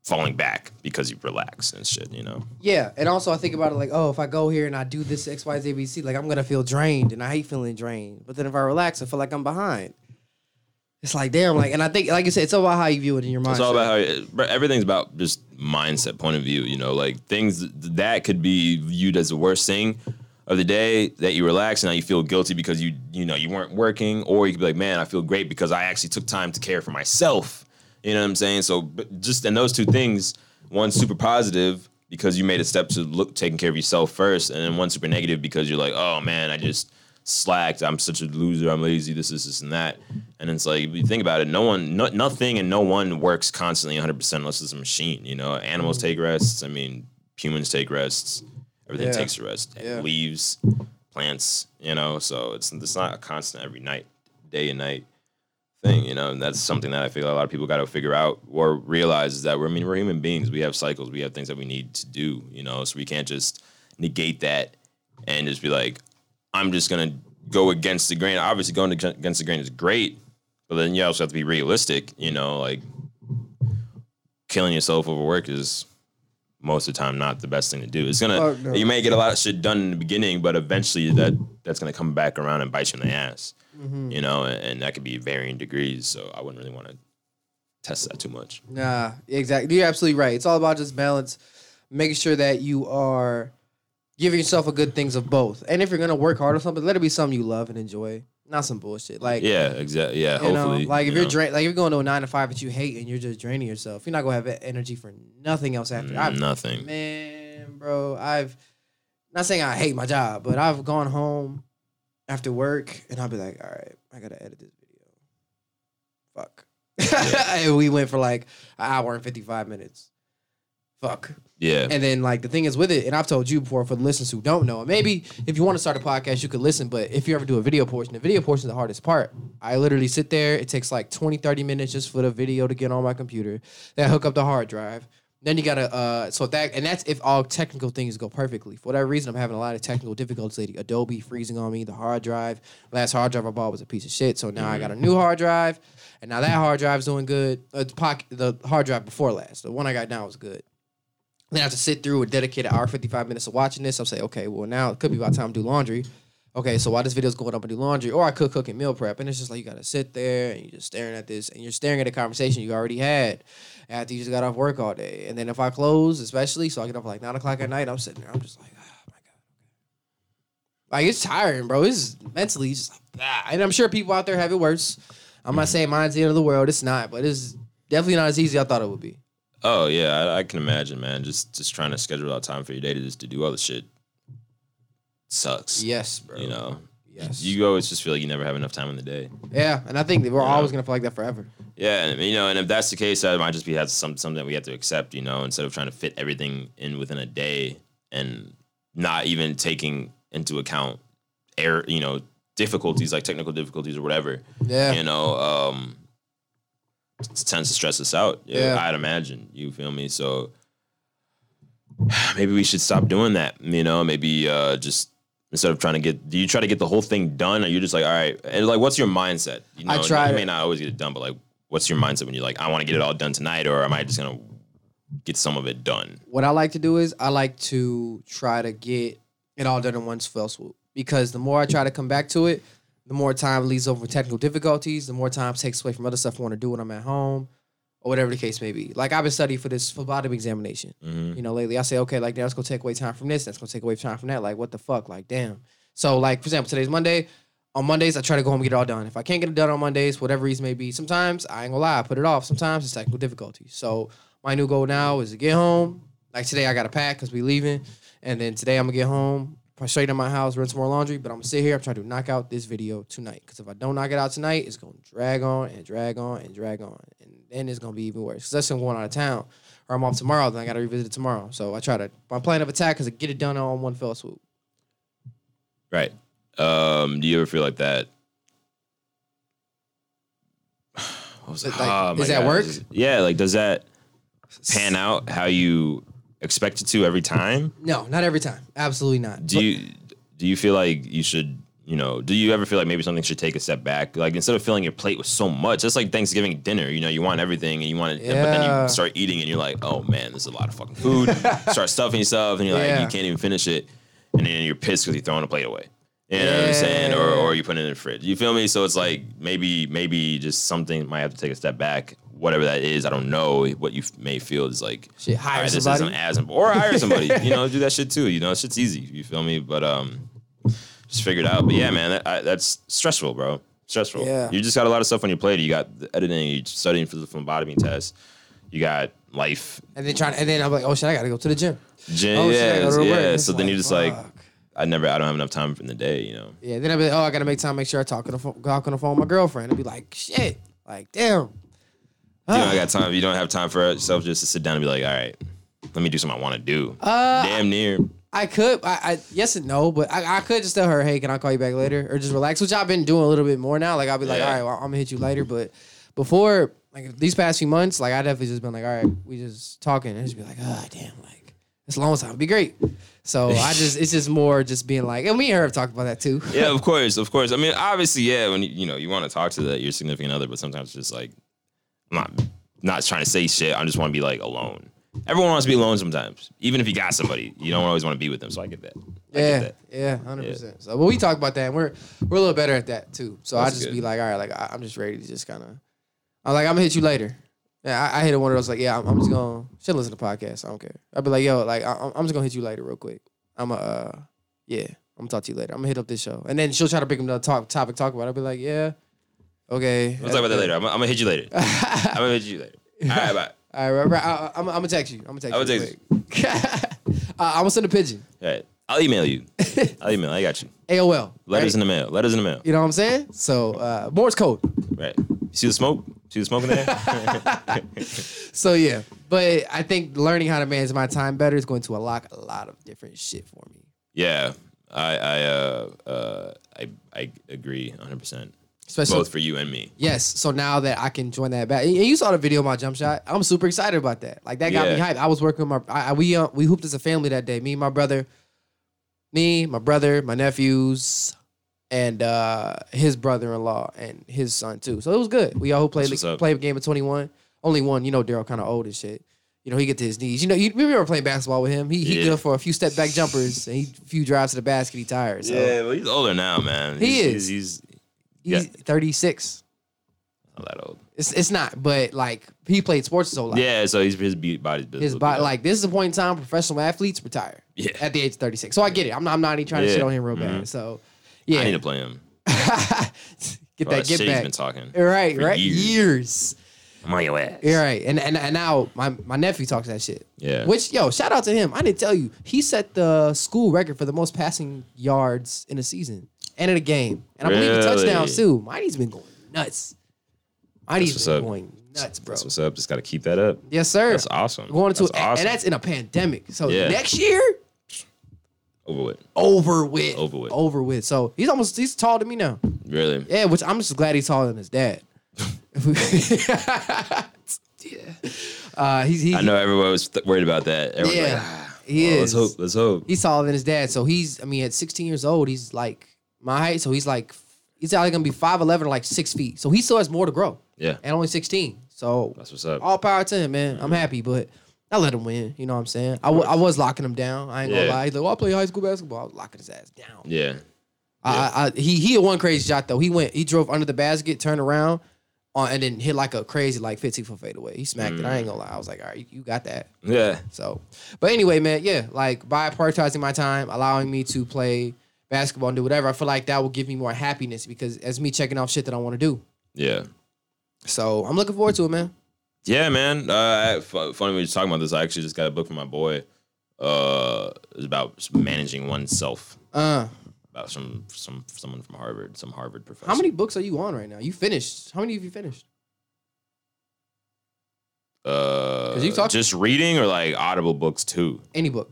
[SPEAKER 3] falling back because you relax and shit you know
[SPEAKER 2] yeah. And also, I think about it like, oh, if I go here and I do this X, Y, Z, B, C, like I'm gonna feel drained, and I hate feeling drained. But then if I relax, I feel like I'm behind. It's like damn, like, and I think, like you said, it's all about how you view it in your mind.
[SPEAKER 3] It's all about how it- bro, everything's about just mindset point of view. You know, like things that could be viewed as the worst thing of the day that you relax and now you feel guilty because you you know you weren't working, or you could be like, man, I feel great because I actually took time to care for myself. You know what I'm saying? So but just and those two things, one super positive because you made a step to look taking care of yourself first, and then one super negative because you're like, oh man, I just slacked. I'm such a loser. I'm lazy. This, this, this, and that. And it's like, if you think about it, no one, no, nothing, and no one works constantly 100 percent unless it's a machine. You know, animals
[SPEAKER 2] Mm.
[SPEAKER 3] take rests. I mean, humans take rests. Everything
[SPEAKER 2] Yeah.
[SPEAKER 3] takes a rest.
[SPEAKER 2] Yeah.
[SPEAKER 3] Leaves, plants. You know, so it's it's not a constant every night, day and night thing, you know, and that's something that I feel a lot of people got to figure out or realize is that we're, I mean, we're human beings. We have cycles. We have things that we need to do, you know, so we can't just negate that and just be like, I'm just going to go against the grain. Obviously, going ag- against the grain is great, but then you also have to be realistic, you know, like killing yourself over work is most of the time not the best thing to do. It's gonna
[SPEAKER 2] Fuck no.
[SPEAKER 3] you may get a lot of shit done in the beginning, but eventually that that's gonna come back around and bite you in the ass
[SPEAKER 2] Mm-hmm.
[SPEAKER 3] you know, and, and that could be varying degrees. So I wouldn't really want to test that too much.
[SPEAKER 2] Nah, exactly. You're absolutely right. It's all about just balance, making sure that you are giving yourself a good things of both. And if you're gonna work hard on something, let it be something you love and enjoy, not some bullshit. Like
[SPEAKER 3] Yeah, exactly. Yeah,
[SPEAKER 2] you know,
[SPEAKER 3] hopefully.
[SPEAKER 2] like if
[SPEAKER 3] you
[SPEAKER 2] you're
[SPEAKER 3] know.
[SPEAKER 2] dra- like if you're going to a nine to five that you hate and you're just draining yourself, you're not gonna have e- energy for nothing else after.
[SPEAKER 3] Mm,
[SPEAKER 2] I've,
[SPEAKER 3] nothing.
[SPEAKER 2] man, bro, I've not saying I hate my job, but I've gone home after work and I'll be like, all right, I gotta edit this video. Fuck. and we went for like an hour and fifty five minutes. Fuck.
[SPEAKER 3] Yeah,
[SPEAKER 2] And then like the thing is with it, and I've told you before for the listeners who don't know, and maybe if you want to start a podcast, you could listen, but if you ever do a video portion, the video portion is the hardest part. I literally sit there, it takes like 20, 30 minutes just for the video to get on my computer. Then I hook up the hard drive. Then you gotta uh so that and that's if all technical things go perfectly. For whatever reason, I'm having a lot of technical difficulties lately. Adobe freezing on me, the hard drive. Last hard drive I bought was a piece of shit. So now I got a new hard drive, and now that hard drive's doing good. Uh, the pocket the hard drive before last, the one I got now is good. Then I have to sit through a dedicated hour, 55 minutes of watching this. I'll say, okay, well now it could be about time to do laundry. Okay, so while this video's going up and do laundry, or I could cook and meal prep, and it's just like you gotta sit there and you're just staring at this, and you're staring at a conversation you already had after you just got off work all day. And then if I close, especially, so I get up like nine o'clock at night, I'm sitting there, I'm just like, oh my god, like it's tiring, bro. It's mentally just like that. And I'm sure people out there have it worse. I'm not saying mine's the end of the world. It's not, but it's definitely not as easy as I thought it would be.
[SPEAKER 3] Oh yeah, I, I can imagine, man. Just just trying to schedule out time for your day to just to do all the shit sucks.
[SPEAKER 2] Yes, bro.
[SPEAKER 3] You know,
[SPEAKER 2] Yes.
[SPEAKER 3] you always just feel like you never have enough time in the day.
[SPEAKER 2] yeah, and I think that we're
[SPEAKER 3] Yeah.
[SPEAKER 2] always gonna feel like that forever.
[SPEAKER 3] Yeah, and you know, and if that's the case, that might just be has some something that we have to accept. You know, instead of trying to fit everything in within a day and not even taking into account air, you know, difficulties like technical difficulties or whatever.
[SPEAKER 2] Yeah.
[SPEAKER 3] You know, um, it tends to stress us out. Yeah,
[SPEAKER 2] Yeah.
[SPEAKER 3] I'd imagine. You feel me? So maybe we should stop doing that. You know, maybe uh, just. Instead of trying to get, do you try to get the whole thing done, or you're just like, all right, and like, what's your mindset? You
[SPEAKER 2] I
[SPEAKER 3] know,
[SPEAKER 2] try
[SPEAKER 3] You
[SPEAKER 2] to-
[SPEAKER 3] may not always get it done, but like, what's your mindset when you're like, I want to get it all done tonight, or am I just gonna get some of it done?
[SPEAKER 2] what I like to do is I like to try to get it all done in one fell swoop because the more I try to come back to it, the more time leaves over technical difficulties, the more time takes away from other stuff I want to do when I'm at home or whatever the case may be. Like I've been studying for this phlebotomy examination,
[SPEAKER 3] Mhm.
[SPEAKER 2] you know, lately. I say, okay, like that's gonna take away time from this, that's gonna take away time from that. Like what the fuck, like damn. So like for example, today's Monday. On Mondays, I try to go home and get it all done. If I can't get it done on Mondays, whatever reason may be, sometimes I ain't gonna lie, I put it off. Sometimes it's technical difficulties. So my new goal now is to get home. Like today, I got to pack because we leaving, and then today I'm gonna get home, probably straight to my house, run some more laundry. But I'm gonna sit here. I'm trying to knock out this video tonight because if I don't knock it out tonight, it's gonna drag on and drag on and drag on, and then it's gonna be even worse. Cause that's i going out of town, or I'm off tomorrow. Then I gotta revisit it tomorrow. So I try to my plan of attack is to get it done all in one fell swoop.
[SPEAKER 3] Right. Um, do you ever feel like that? What was
[SPEAKER 2] Like,
[SPEAKER 3] Ah, my
[SPEAKER 2] is that
[SPEAKER 3] God.
[SPEAKER 2] work?
[SPEAKER 3] Yeah, like does that pan out how you expect it to every time?
[SPEAKER 2] No, not every time. Absolutely not.
[SPEAKER 3] Do you do you feel like you should, you know, do you ever feel like maybe something should take a step back? Like instead of filling your plate with so much, it's like Thanksgiving dinner, you know, you want everything and you want it, but then
[SPEAKER 2] Yeah.
[SPEAKER 3] you start eating and you're like, "Oh man, this is a lot of fucking food." start stuffing yourself and you're like,
[SPEAKER 2] Yeah.
[SPEAKER 3] you can't even finish it. And then you're pissed cuz you're throwing a plate away. You know what I'm saying? Or
[SPEAKER 2] Yeah.
[SPEAKER 3] or you put it in the fridge. You feel me? So it's like maybe maybe just something might have to take a step back. Whatever that is, I don't know what you f- may feel is like.
[SPEAKER 2] Shit, hire
[SPEAKER 3] "All this
[SPEAKER 2] somebody."
[SPEAKER 3] isn't as imp- or hire somebody. you know, do that shit too. You know, shit's easy. You feel me? But um, just figure it out. But yeah, man, that, I, that's stressful, bro. Stressful.
[SPEAKER 2] Yeah.
[SPEAKER 3] You just got a lot of stuff on your plate. You got the editing. You studying for the phlebotomy test. You got life.
[SPEAKER 2] And then trying, and then I'm like, oh shit, I gotta go to the gym.
[SPEAKER 3] Gen-
[SPEAKER 2] Oh, shit, I
[SPEAKER 3] yeah,
[SPEAKER 2] gotta go to
[SPEAKER 3] yeah.
[SPEAKER 2] work. It's
[SPEAKER 3] So then
[SPEAKER 2] like,
[SPEAKER 3] you're just like,
[SPEAKER 2] fuck.
[SPEAKER 3] I never. I don't have enough time in the day. You know.
[SPEAKER 2] Yeah, then I'd be like, oh, I gotta make time, make sure I talk on the phone, talk on the phone with my girlfriend. I'd be like, shit, like damn.
[SPEAKER 3] You
[SPEAKER 2] Ah.
[SPEAKER 3] don't got time. You don't have time for yourself just to sit down and be like, all right, let me do something I want to do.
[SPEAKER 2] Uh,
[SPEAKER 3] Damn near.
[SPEAKER 2] I could, I, I yes and no, but I, I could just tell her, hey, can I call you back later, or just relax, which I've been doing a little bit more now. Like I'll be like,
[SPEAKER 3] Yeah.
[SPEAKER 2] all right, well, I'm gonna hit you later, but before like these past few months, like I definitely just been like, all right, we just talking, and just be like, oh damn, like it's a long time, be great. So I just, it's just more just being like, and me and her have talked about that too.
[SPEAKER 3] Yeah, of course, of course. I mean, obviously, yeah. When you, you know you want to talk to that your significant other, but sometimes it's just like, I'm not not trying to say shit. I just want to be like alone. Everyone wants to be alone sometimes, even if you got somebody. You don't always want to be with them, so I get that. I get
[SPEAKER 2] Yeah,
[SPEAKER 3] that.
[SPEAKER 2] yeah, hundred percent. So, but we talk about that, and we're we're a little better at that too. So I
[SPEAKER 3] That's
[SPEAKER 2] just
[SPEAKER 3] good.
[SPEAKER 2] be like, all right, like I, I'm just ready to just kind of, I'm like, I'm gonna hit you later. Yeah, I, I hit one of those like, yeah, I'm, I'm just gonna should listen to podcasts. I don't care. I'd be like, yo, like I, I'm- I'm just gonna hit you later real quick. I'm a, uh, yeah, I'm gonna talk to you later. I'm gonna hit up this show, and then she'll try to pick another talk topic talk about. it. I'll be like, yeah, okay.
[SPEAKER 3] We'll talk about that later. I'm, I'm gonna hit you later. I'm gonna hit you later. All right, bye.
[SPEAKER 2] all right, right, I, am gonna text you. I'm gonna text
[SPEAKER 3] I'ma
[SPEAKER 2] you.
[SPEAKER 3] text
[SPEAKER 2] real quick. uh, I'm gonna send a pigeon.
[SPEAKER 3] All right, I'll email you. I'll email. I got you.
[SPEAKER 2] AOL.
[SPEAKER 3] Letters
[SPEAKER 2] right?
[SPEAKER 3] in the mail. Letters in the mail.
[SPEAKER 2] You know what I'm saying? So uh, Morse code.
[SPEAKER 3] Right. See the smoke? See the smoke in there?
[SPEAKER 2] So yeah, but I think learning how to manage my time better is going to unlock a lot of different shit for me.
[SPEAKER 3] yeah. I I uh, uh I I agree 100. percent
[SPEAKER 2] Especially
[SPEAKER 3] both for you and me.
[SPEAKER 2] Yes. So now that I can join that back, and you saw the video of my jump shot. I'm super excited about that. Like that got me
[SPEAKER 3] Yeah.
[SPEAKER 2] hyped. I was working with my I, I- we uh, we hooped as a family that day. Me, and my brother, me, my brother, my nephews, and uh his brother-in-law and his son too. So it was good. We all who played
[SPEAKER 3] That's what's up.
[SPEAKER 2] played a game of 21. Only one, you know, Daryl kind of old and shit. You know, he get to his knees. You know, you remember playing basketball with him. He he
[SPEAKER 3] Yeah.
[SPEAKER 2] good for a few step back jumpers and he few drives to the basket. He tired. So
[SPEAKER 3] Yeah, well, he's older now, man.
[SPEAKER 2] He
[SPEAKER 3] he's,
[SPEAKER 2] is.
[SPEAKER 3] He's, he's
[SPEAKER 2] he's
[SPEAKER 3] Yeah.
[SPEAKER 2] 36.
[SPEAKER 3] not that old.
[SPEAKER 2] It's it's not, but like he played sports so long.
[SPEAKER 3] yeah, so he's his be- body's built.
[SPEAKER 2] his body. Like this is the point in time professional athletes retire
[SPEAKER 3] yeah.
[SPEAKER 2] at the age of 36. So I get it. I'm not. I'm not even trying to
[SPEAKER 3] Yeah.
[SPEAKER 2] shit on him real bad.
[SPEAKER 3] Mhm.
[SPEAKER 2] So yeah,
[SPEAKER 3] I need to play him.
[SPEAKER 2] get
[SPEAKER 3] All
[SPEAKER 2] that get
[SPEAKER 3] shit he's been
[SPEAKER 2] back.
[SPEAKER 3] talking.
[SPEAKER 2] Right,
[SPEAKER 3] for
[SPEAKER 2] right.
[SPEAKER 3] years.
[SPEAKER 2] Years.
[SPEAKER 3] I'm on your ass.
[SPEAKER 2] You're right. And and and now my my nephew talks that shit.
[SPEAKER 3] Yeah.
[SPEAKER 2] Which yo, shout out to him. I didn't tell you he set the school record for the most passing yards in a season and in a game, and I believe the
[SPEAKER 3] Really?
[SPEAKER 2] touchdowns too. Mighty's been going nuts. Mighty's
[SPEAKER 3] what's
[SPEAKER 2] been
[SPEAKER 3] up.
[SPEAKER 2] going nuts, bro.
[SPEAKER 3] That's what's up. Just got to keep that up.
[SPEAKER 2] Yes, sir.
[SPEAKER 3] That's awesome.
[SPEAKER 2] Going to
[SPEAKER 3] that's
[SPEAKER 2] and- and that's in a pandemic. So
[SPEAKER 3] Yeah.
[SPEAKER 2] next year,
[SPEAKER 3] over with.
[SPEAKER 2] over with.
[SPEAKER 3] Over with.
[SPEAKER 2] Over with. So he's almost he's taller than me now.
[SPEAKER 3] Really.
[SPEAKER 2] Yeah, which I'm just glad he's taller than his dad. yeah. Uh he's he,
[SPEAKER 3] I know everyone was th- worried about that. Everyone's
[SPEAKER 2] Yeah,
[SPEAKER 3] like, ah,
[SPEAKER 2] he
[SPEAKER 3] well,
[SPEAKER 2] is.
[SPEAKER 3] Let's hope. Let's hope.
[SPEAKER 2] he's taller than his dad. So he's I mean at 16 years old, he's like my height. So he's like he's either gonna be 5'11 or like six feet. So he still has more to grow.
[SPEAKER 3] Yeah.
[SPEAKER 2] And only 16. So
[SPEAKER 3] That's what's up.
[SPEAKER 2] all power to him, man.
[SPEAKER 3] Mm-hmm.
[SPEAKER 2] I'm happy, but I let him win. You know what I'm saying? I, w- I was locking him down. I ain't gonna
[SPEAKER 3] Yeah.
[SPEAKER 2] lie. He's like, well, I play high school basketball. I was locking his ass down.
[SPEAKER 3] Yeah.
[SPEAKER 2] I, I, I- he he had one crazy shot though. He went, he drove under the basket, turned around, uh, and then hit like a crazy like 15 foot fadeaway. He smacked it. I
[SPEAKER 3] Mm.
[SPEAKER 2] ain't gonna lie. I was like, all right, you, you got that.
[SPEAKER 3] Yeah.
[SPEAKER 2] So, but anyway, man, yeah, like by prioritizing my time, allowing me to play basketball and do whatever, I feel like that will give me more happiness because as me checking off shit that I want to do.
[SPEAKER 3] Yeah.
[SPEAKER 2] So I'm looking forward to it, man.
[SPEAKER 3] Yeah, man. Uh, I, fu- funny we were talking about this. I actually just got a book from my boy. Uh, it's about managing oneself.
[SPEAKER 2] Uh,
[SPEAKER 3] About some some someone from Harvard, some Harvard professor.
[SPEAKER 2] how many books are you on right now? You finished? How many have you finished?
[SPEAKER 3] Uh,
[SPEAKER 2] you talk-
[SPEAKER 3] just reading or like audible books too.
[SPEAKER 2] Any book?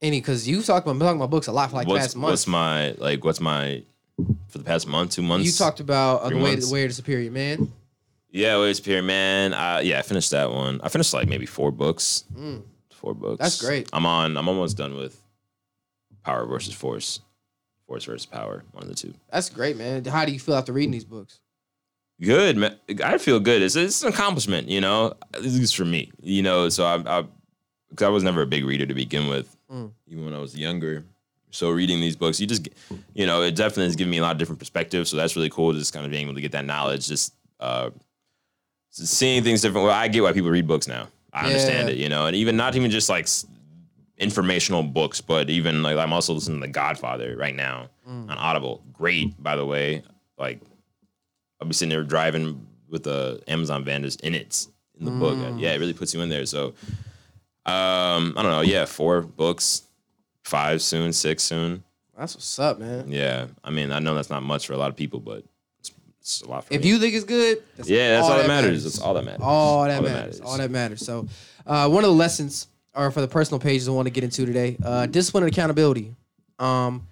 [SPEAKER 2] Any? Because you talked about talking about books a lot for like
[SPEAKER 3] what's,
[SPEAKER 2] past months.
[SPEAKER 3] What's my like? What's my for the past month, two months?
[SPEAKER 2] You talked about uh, the
[SPEAKER 3] Three
[SPEAKER 2] way
[SPEAKER 3] months.
[SPEAKER 2] the way of the superior man.
[SPEAKER 3] Yeah, Waves Pier, man. I, yeah, I finished that one. I finished like maybe four books.
[SPEAKER 2] Mm.
[SPEAKER 3] Four books.
[SPEAKER 2] That's great.
[SPEAKER 3] I'm on. I'm almost done with Power versus Force, Force versus Power. One of the two.
[SPEAKER 2] That's great, man. How do you feel after reading these books?
[SPEAKER 3] Good, man. I feel good. It's it's an accomplishment, you know. At least for me, you know. So I, I, cause I was never a big reader to begin with,
[SPEAKER 2] Mm.
[SPEAKER 3] even when I was younger. So reading these books, you just, get- you know, it definitely has given me a lot of different perspectives. So that's really cool. Just kind of being able to get that knowledge, just uh, seeing things different. Well, I get why people read books now. I understand
[SPEAKER 2] Yeah.
[SPEAKER 3] it, you know, and even not even just like s- informational books, but even like I'm also listening to The Godfather right now
[SPEAKER 2] Mm,
[SPEAKER 3] on Audible.
[SPEAKER 2] Hmm.
[SPEAKER 3] Great, by the way. Like I'll be sitting there driving with the Amazon van just in it in the book.
[SPEAKER 2] Hmm.
[SPEAKER 3] Yeah, it really puts you in there. So um, I don't know. Yeah, four books, five soon, six soon.
[SPEAKER 2] That's what's up, man.
[SPEAKER 3] Yeah, I mean, I know that's not much for a lot of people, but it's, it's a lot for
[SPEAKER 2] If
[SPEAKER 3] me.
[SPEAKER 2] you think it's good, that's
[SPEAKER 3] yeah, that's all, that, matters.
[SPEAKER 2] That's
[SPEAKER 3] That's all that matters.
[SPEAKER 2] all that matters. All that matters. So, uh, one of the lessons, or for the personal pages I want to get into today, uh, discipline and accountability. Um,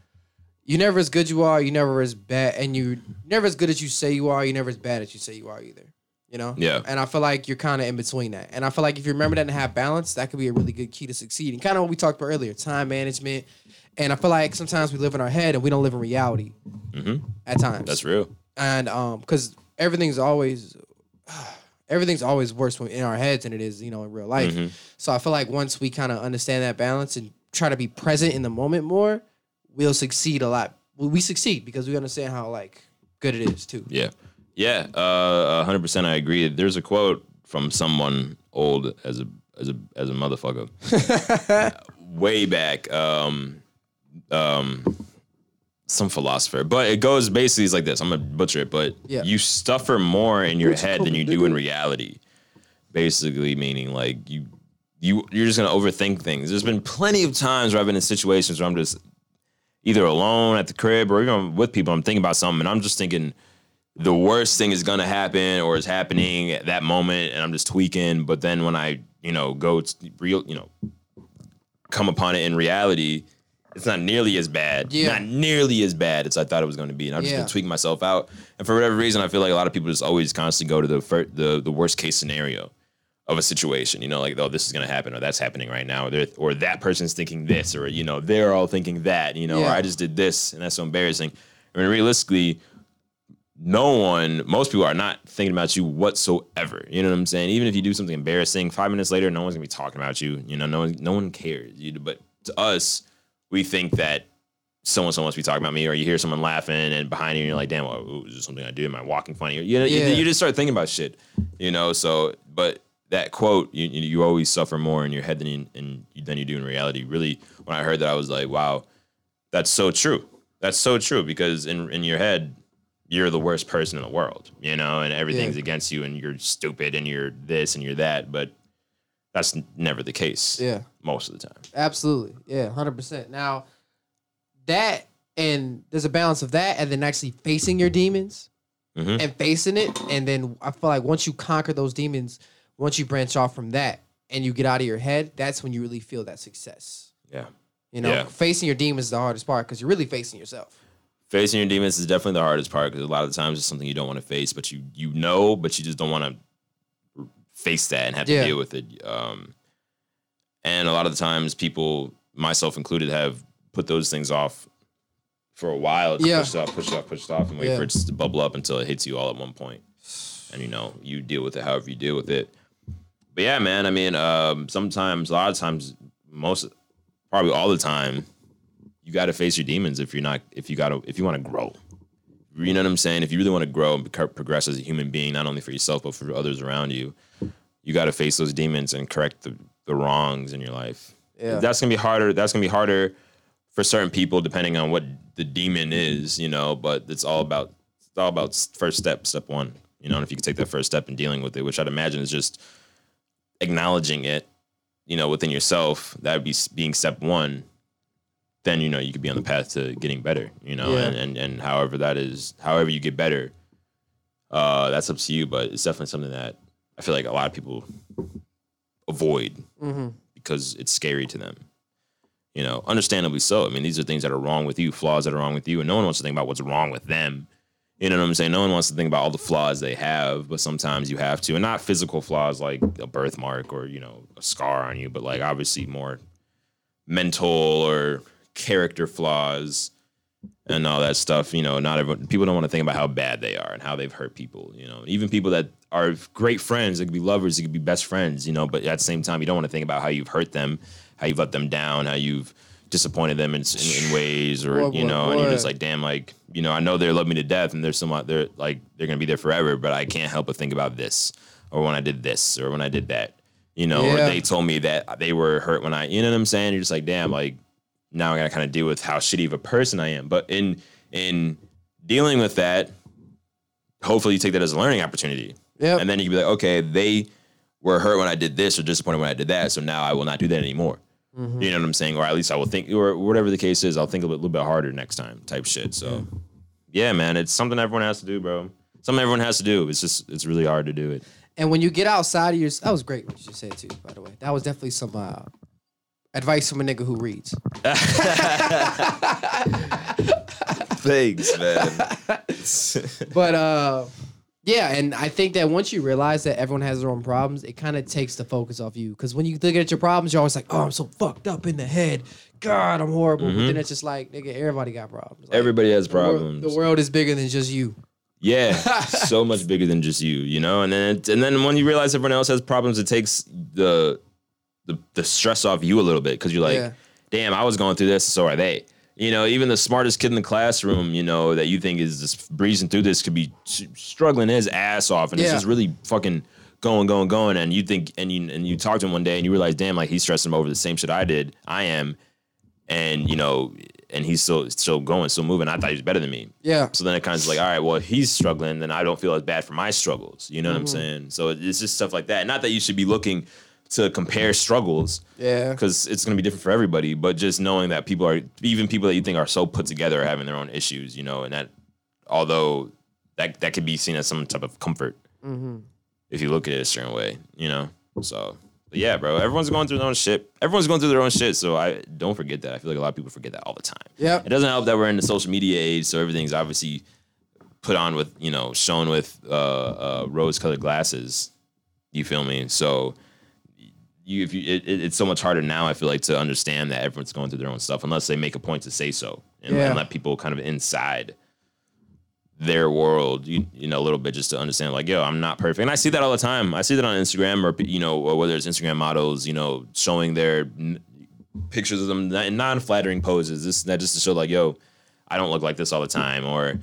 [SPEAKER 2] you're never as good you are. You're never as bad, and you're never as good as you say you are. You're never as bad as you say you are either. You know.
[SPEAKER 3] Yeah.
[SPEAKER 2] And I feel like you're kind of in between that. And I feel like if you remember that and have balance, that could be a really good key to succeeding. Kind of what we talked about earlier, time management. And I feel like sometimes we live in our head and we don't live in reality.
[SPEAKER 3] Mhm.
[SPEAKER 2] At times
[SPEAKER 3] That's real.
[SPEAKER 2] and um because everything's always everything's always worse when, in our heads than it is you know in real life
[SPEAKER 3] Mhm.
[SPEAKER 2] so i feel like once we kind of understand that balance and try to be present in the moment more we'll succeed a lot well, we succeed because we understand how like good it is too
[SPEAKER 3] Yeah. Yeah. Uh hundred percent I agree. There's a quote from someone old as a as a as a motherfucker. Way back. Um um some philosopher. But it goes basically it's like this. I'm gonna butcher it, but
[SPEAKER 2] Yeah.
[SPEAKER 3] you suffer more in your head than you do in
[SPEAKER 2] nigga?
[SPEAKER 3] reality. Basically meaning like you you you're just gonna overthink things. There's been plenty of times where I've been in situations where I'm just either alone at the crib or even with people, I'm thinking about something and I'm just thinking the worst thing is gonna happen or is happening at that moment, and I'm just tweaking. But then when I, you know, go t- real, you know, come upon it in reality, It's not nearly as bad.
[SPEAKER 2] Yeah.
[SPEAKER 3] Not nearly as bad as I thought it was going to be. And I've just
[SPEAKER 2] Yeah.
[SPEAKER 3] been tweaking myself out. And for whatever reason, I feel like a lot of people just always constantly go to the fir- the, the worst case scenario of a situation. You know, like, oh, this is going to happen or that's happening right now. Or, they're- or that person's thinking this or, you know, they're all thinking that, you know,
[SPEAKER 2] Yeah.
[SPEAKER 3] or I just did this and that's so embarrassing. I mean, realistically, no one, most people are not thinking about you whatsoever. You know what I'm saying? Even if you do something embarrassing, five minutes later, no one's gonna be talking about you. You know, no one, no one cares. You, but to us, we think that someone, someone must be talking about me, or you hear someone laughing and behind you, and you're like, damn, what was this something I do? Am I walking funny? Or, You know, you-
[SPEAKER 2] Yeah.
[SPEAKER 3] you, just start thinking about shit. You know, so but that quote, you, you you always suffer more in your head than in, in, than you do in reality. Really, when I heard that, I was like, wow, that's so true. That's so true because in in your head, you're the worst person in the world, you know, and everything's
[SPEAKER 2] Yeah.
[SPEAKER 3] against you, and you're stupid, and you're this, and you're that. But that's n- never the case
[SPEAKER 2] Yeah.
[SPEAKER 3] most of the time.
[SPEAKER 2] Absolutely. Yeah, 100%. Now, that and there's a balance of that and then actually facing your demons
[SPEAKER 3] Mhm.
[SPEAKER 2] and facing it. And then I feel like once you conquer those demons, once you branch off from that and you get out of your head, that's when you really feel that success.
[SPEAKER 3] Yeah.
[SPEAKER 2] You know,
[SPEAKER 3] Yeah.
[SPEAKER 2] facing your demons is the hardest part because you're really facing yourself.
[SPEAKER 3] Facing your demons is definitely the hardest part because a lot of the times it's something you don't want to face, but you you know, but you just don't want to face that and have
[SPEAKER 2] Yeah.
[SPEAKER 3] to deal with it. Um, and a lot of the times, people, myself included, have put those things off for a while, just
[SPEAKER 2] Yeah.
[SPEAKER 3] push it off, push it off, push it off, and wait
[SPEAKER 2] Yeah.
[SPEAKER 3] for it just to bubble up until it hits you all at one point. And you know, you deal with it however you deal with it. But yeah, man, I mean, um, sometimes, a lot of times, most, probably all the time, you got to face your demons if you're not, if you got to, if you want to grow. You know what I'm saying? If you really want to grow and become, progress as a human being, not only for yourself but for others around you, you got to face those demons and correct the, the wrongs in your life.
[SPEAKER 2] Yeah.
[SPEAKER 3] That's gonna be harder. That's gonna be harder for certain people depending on what the demon is, you know. But it's all about it's all about s- first step, step one. You know, and if you can take that first step in dealing with it, which I'd imagine is just acknowledging it, you know, within yourself, that would be s- being step one. Then you know you could be on the path to getting better, you know,
[SPEAKER 2] Yeah.
[SPEAKER 3] and, and and however that is, however you get better, uh, that's up to you. But it's definitely something that I feel like a lot of people avoid
[SPEAKER 2] Mm-hmm.
[SPEAKER 3] because it's scary to them. You know, understandably so. I mean, these are things that are wrong with you, flaws that are wrong with you, and no one wants to think about what's wrong with them. You know what I'm saying? No one wants to think about all the flaws they have, but sometimes you have to, and not physical flaws like a birthmark or you know a scar on you, but like obviously more mental or character flaws and all that stuff. You know, not everyone people don't want to think about how bad they are and how they've hurt people. You know, even people that are great friends, they could be lovers, they could be best friends. You know, but at the same time, you don't want to think about how you've hurt them, how you've let them down, how you've disappointed them in, in, in ways, or
[SPEAKER 2] Boy, boy,
[SPEAKER 3] you know, and you're just
[SPEAKER 2] boy.
[SPEAKER 3] like, damn, like you know, I know they love me to death, and they're somewhat they're like they're gonna be there forever, but I can't help but think about this, or when I did this, or when I did that. You know,
[SPEAKER 2] Yeah.
[SPEAKER 3] or they told me that they were hurt when I, you know what I'm saying? You're just like, damn, like now I gotta kind of deal with how shitty of a person I am. But in in dealing with that, hopefully you take that as a learning opportunity,
[SPEAKER 2] Yep.
[SPEAKER 3] and then you can be like, okay, they were hurt when I did this or disappointed when I did that, so now I will not do that anymore.
[SPEAKER 2] Mhm.
[SPEAKER 3] You know what I'm saying? Or at least I will think, or whatever the case is, I'll think a little, little bit harder next time, type shit. So, yeah, man, it's something everyone has to do, bro. Something everyone has to do. It's just it's really hard to do it.
[SPEAKER 2] And when you get outside of your, that was great what you said too. By the way, that was definitely some uh, advice from a nigga who reads.
[SPEAKER 3] Thanks, man.
[SPEAKER 2] But uh, yeah, and I think that once you realize that everyone has their own problems, it kind of takes the focus off you. Because when you look at your problems, you're always like, "Oh, I'm so fucked up in the head. God, I'm horrible." But then it's just like, nigga, everybody got problems. Like,
[SPEAKER 3] Everybody has
[SPEAKER 2] the wor-
[SPEAKER 3] Mm-hmm. problems.
[SPEAKER 2] The world is bigger than just you.
[SPEAKER 3] Yeah, so much bigger than just you, you know. And then it, and then when you realize everyone else has problems, it takes the the, the stress off you a little bit because you're like,
[SPEAKER 2] Yeah.
[SPEAKER 3] damn, I was going through this, so are they. You know, even the smartest kid in the classroom, you know, that you think is just breezing through this could be s- struggling his ass off, and it's
[SPEAKER 2] Yeah.
[SPEAKER 3] just really fucking going, going, going. And you think, and you and you talk to him one day, and you realize, damn, like he's stressing over the same shit I did. I am, and you know, and he's still still going, still moving. I thought he was better than me.
[SPEAKER 2] Yeah,
[SPEAKER 3] So then it kind of like, all right, well, if he's struggling, then I don't feel as bad for my struggles. You know what I'm saying? So it- it's just stuff like that. Not that you should be looking to compare struggles
[SPEAKER 2] yeah,
[SPEAKER 3] because it's going to be different for everybody, but just knowing that people are, even people that you think are so put together, are having their own issues, you know, and that, although that, that
[SPEAKER 2] Mm-hmm.
[SPEAKER 3] could be seen as some type of comfort if you look at it a certain way, you know? So, but But yeah, bro, everyone's going through their own shit. Everyone's going through their own shit. So I don't forget that. I feel like a lot of people forget that all the time.
[SPEAKER 2] Yep.
[SPEAKER 3] It doesn't help that we're in the social media age, so everything's obviously put on with you know shown with uh, uh, rose-colored glasses. You feel me? So you, if you, it, it- it's so much harder now. I feel like to understand that everyone's going through their own stuff, unless they make a point to say so and,
[SPEAKER 2] Yeah.
[SPEAKER 3] and let people kind of inside their world, you, you know, a little bit just to understand, like, yo, I'm not perfect. And I see that all the time. I see that on Instagram or, you know, or whether it's Instagram models, you know, showing their n- pictures of them in non flattering poses. This, that just to show, like, yo, I don't look like this all the time. Or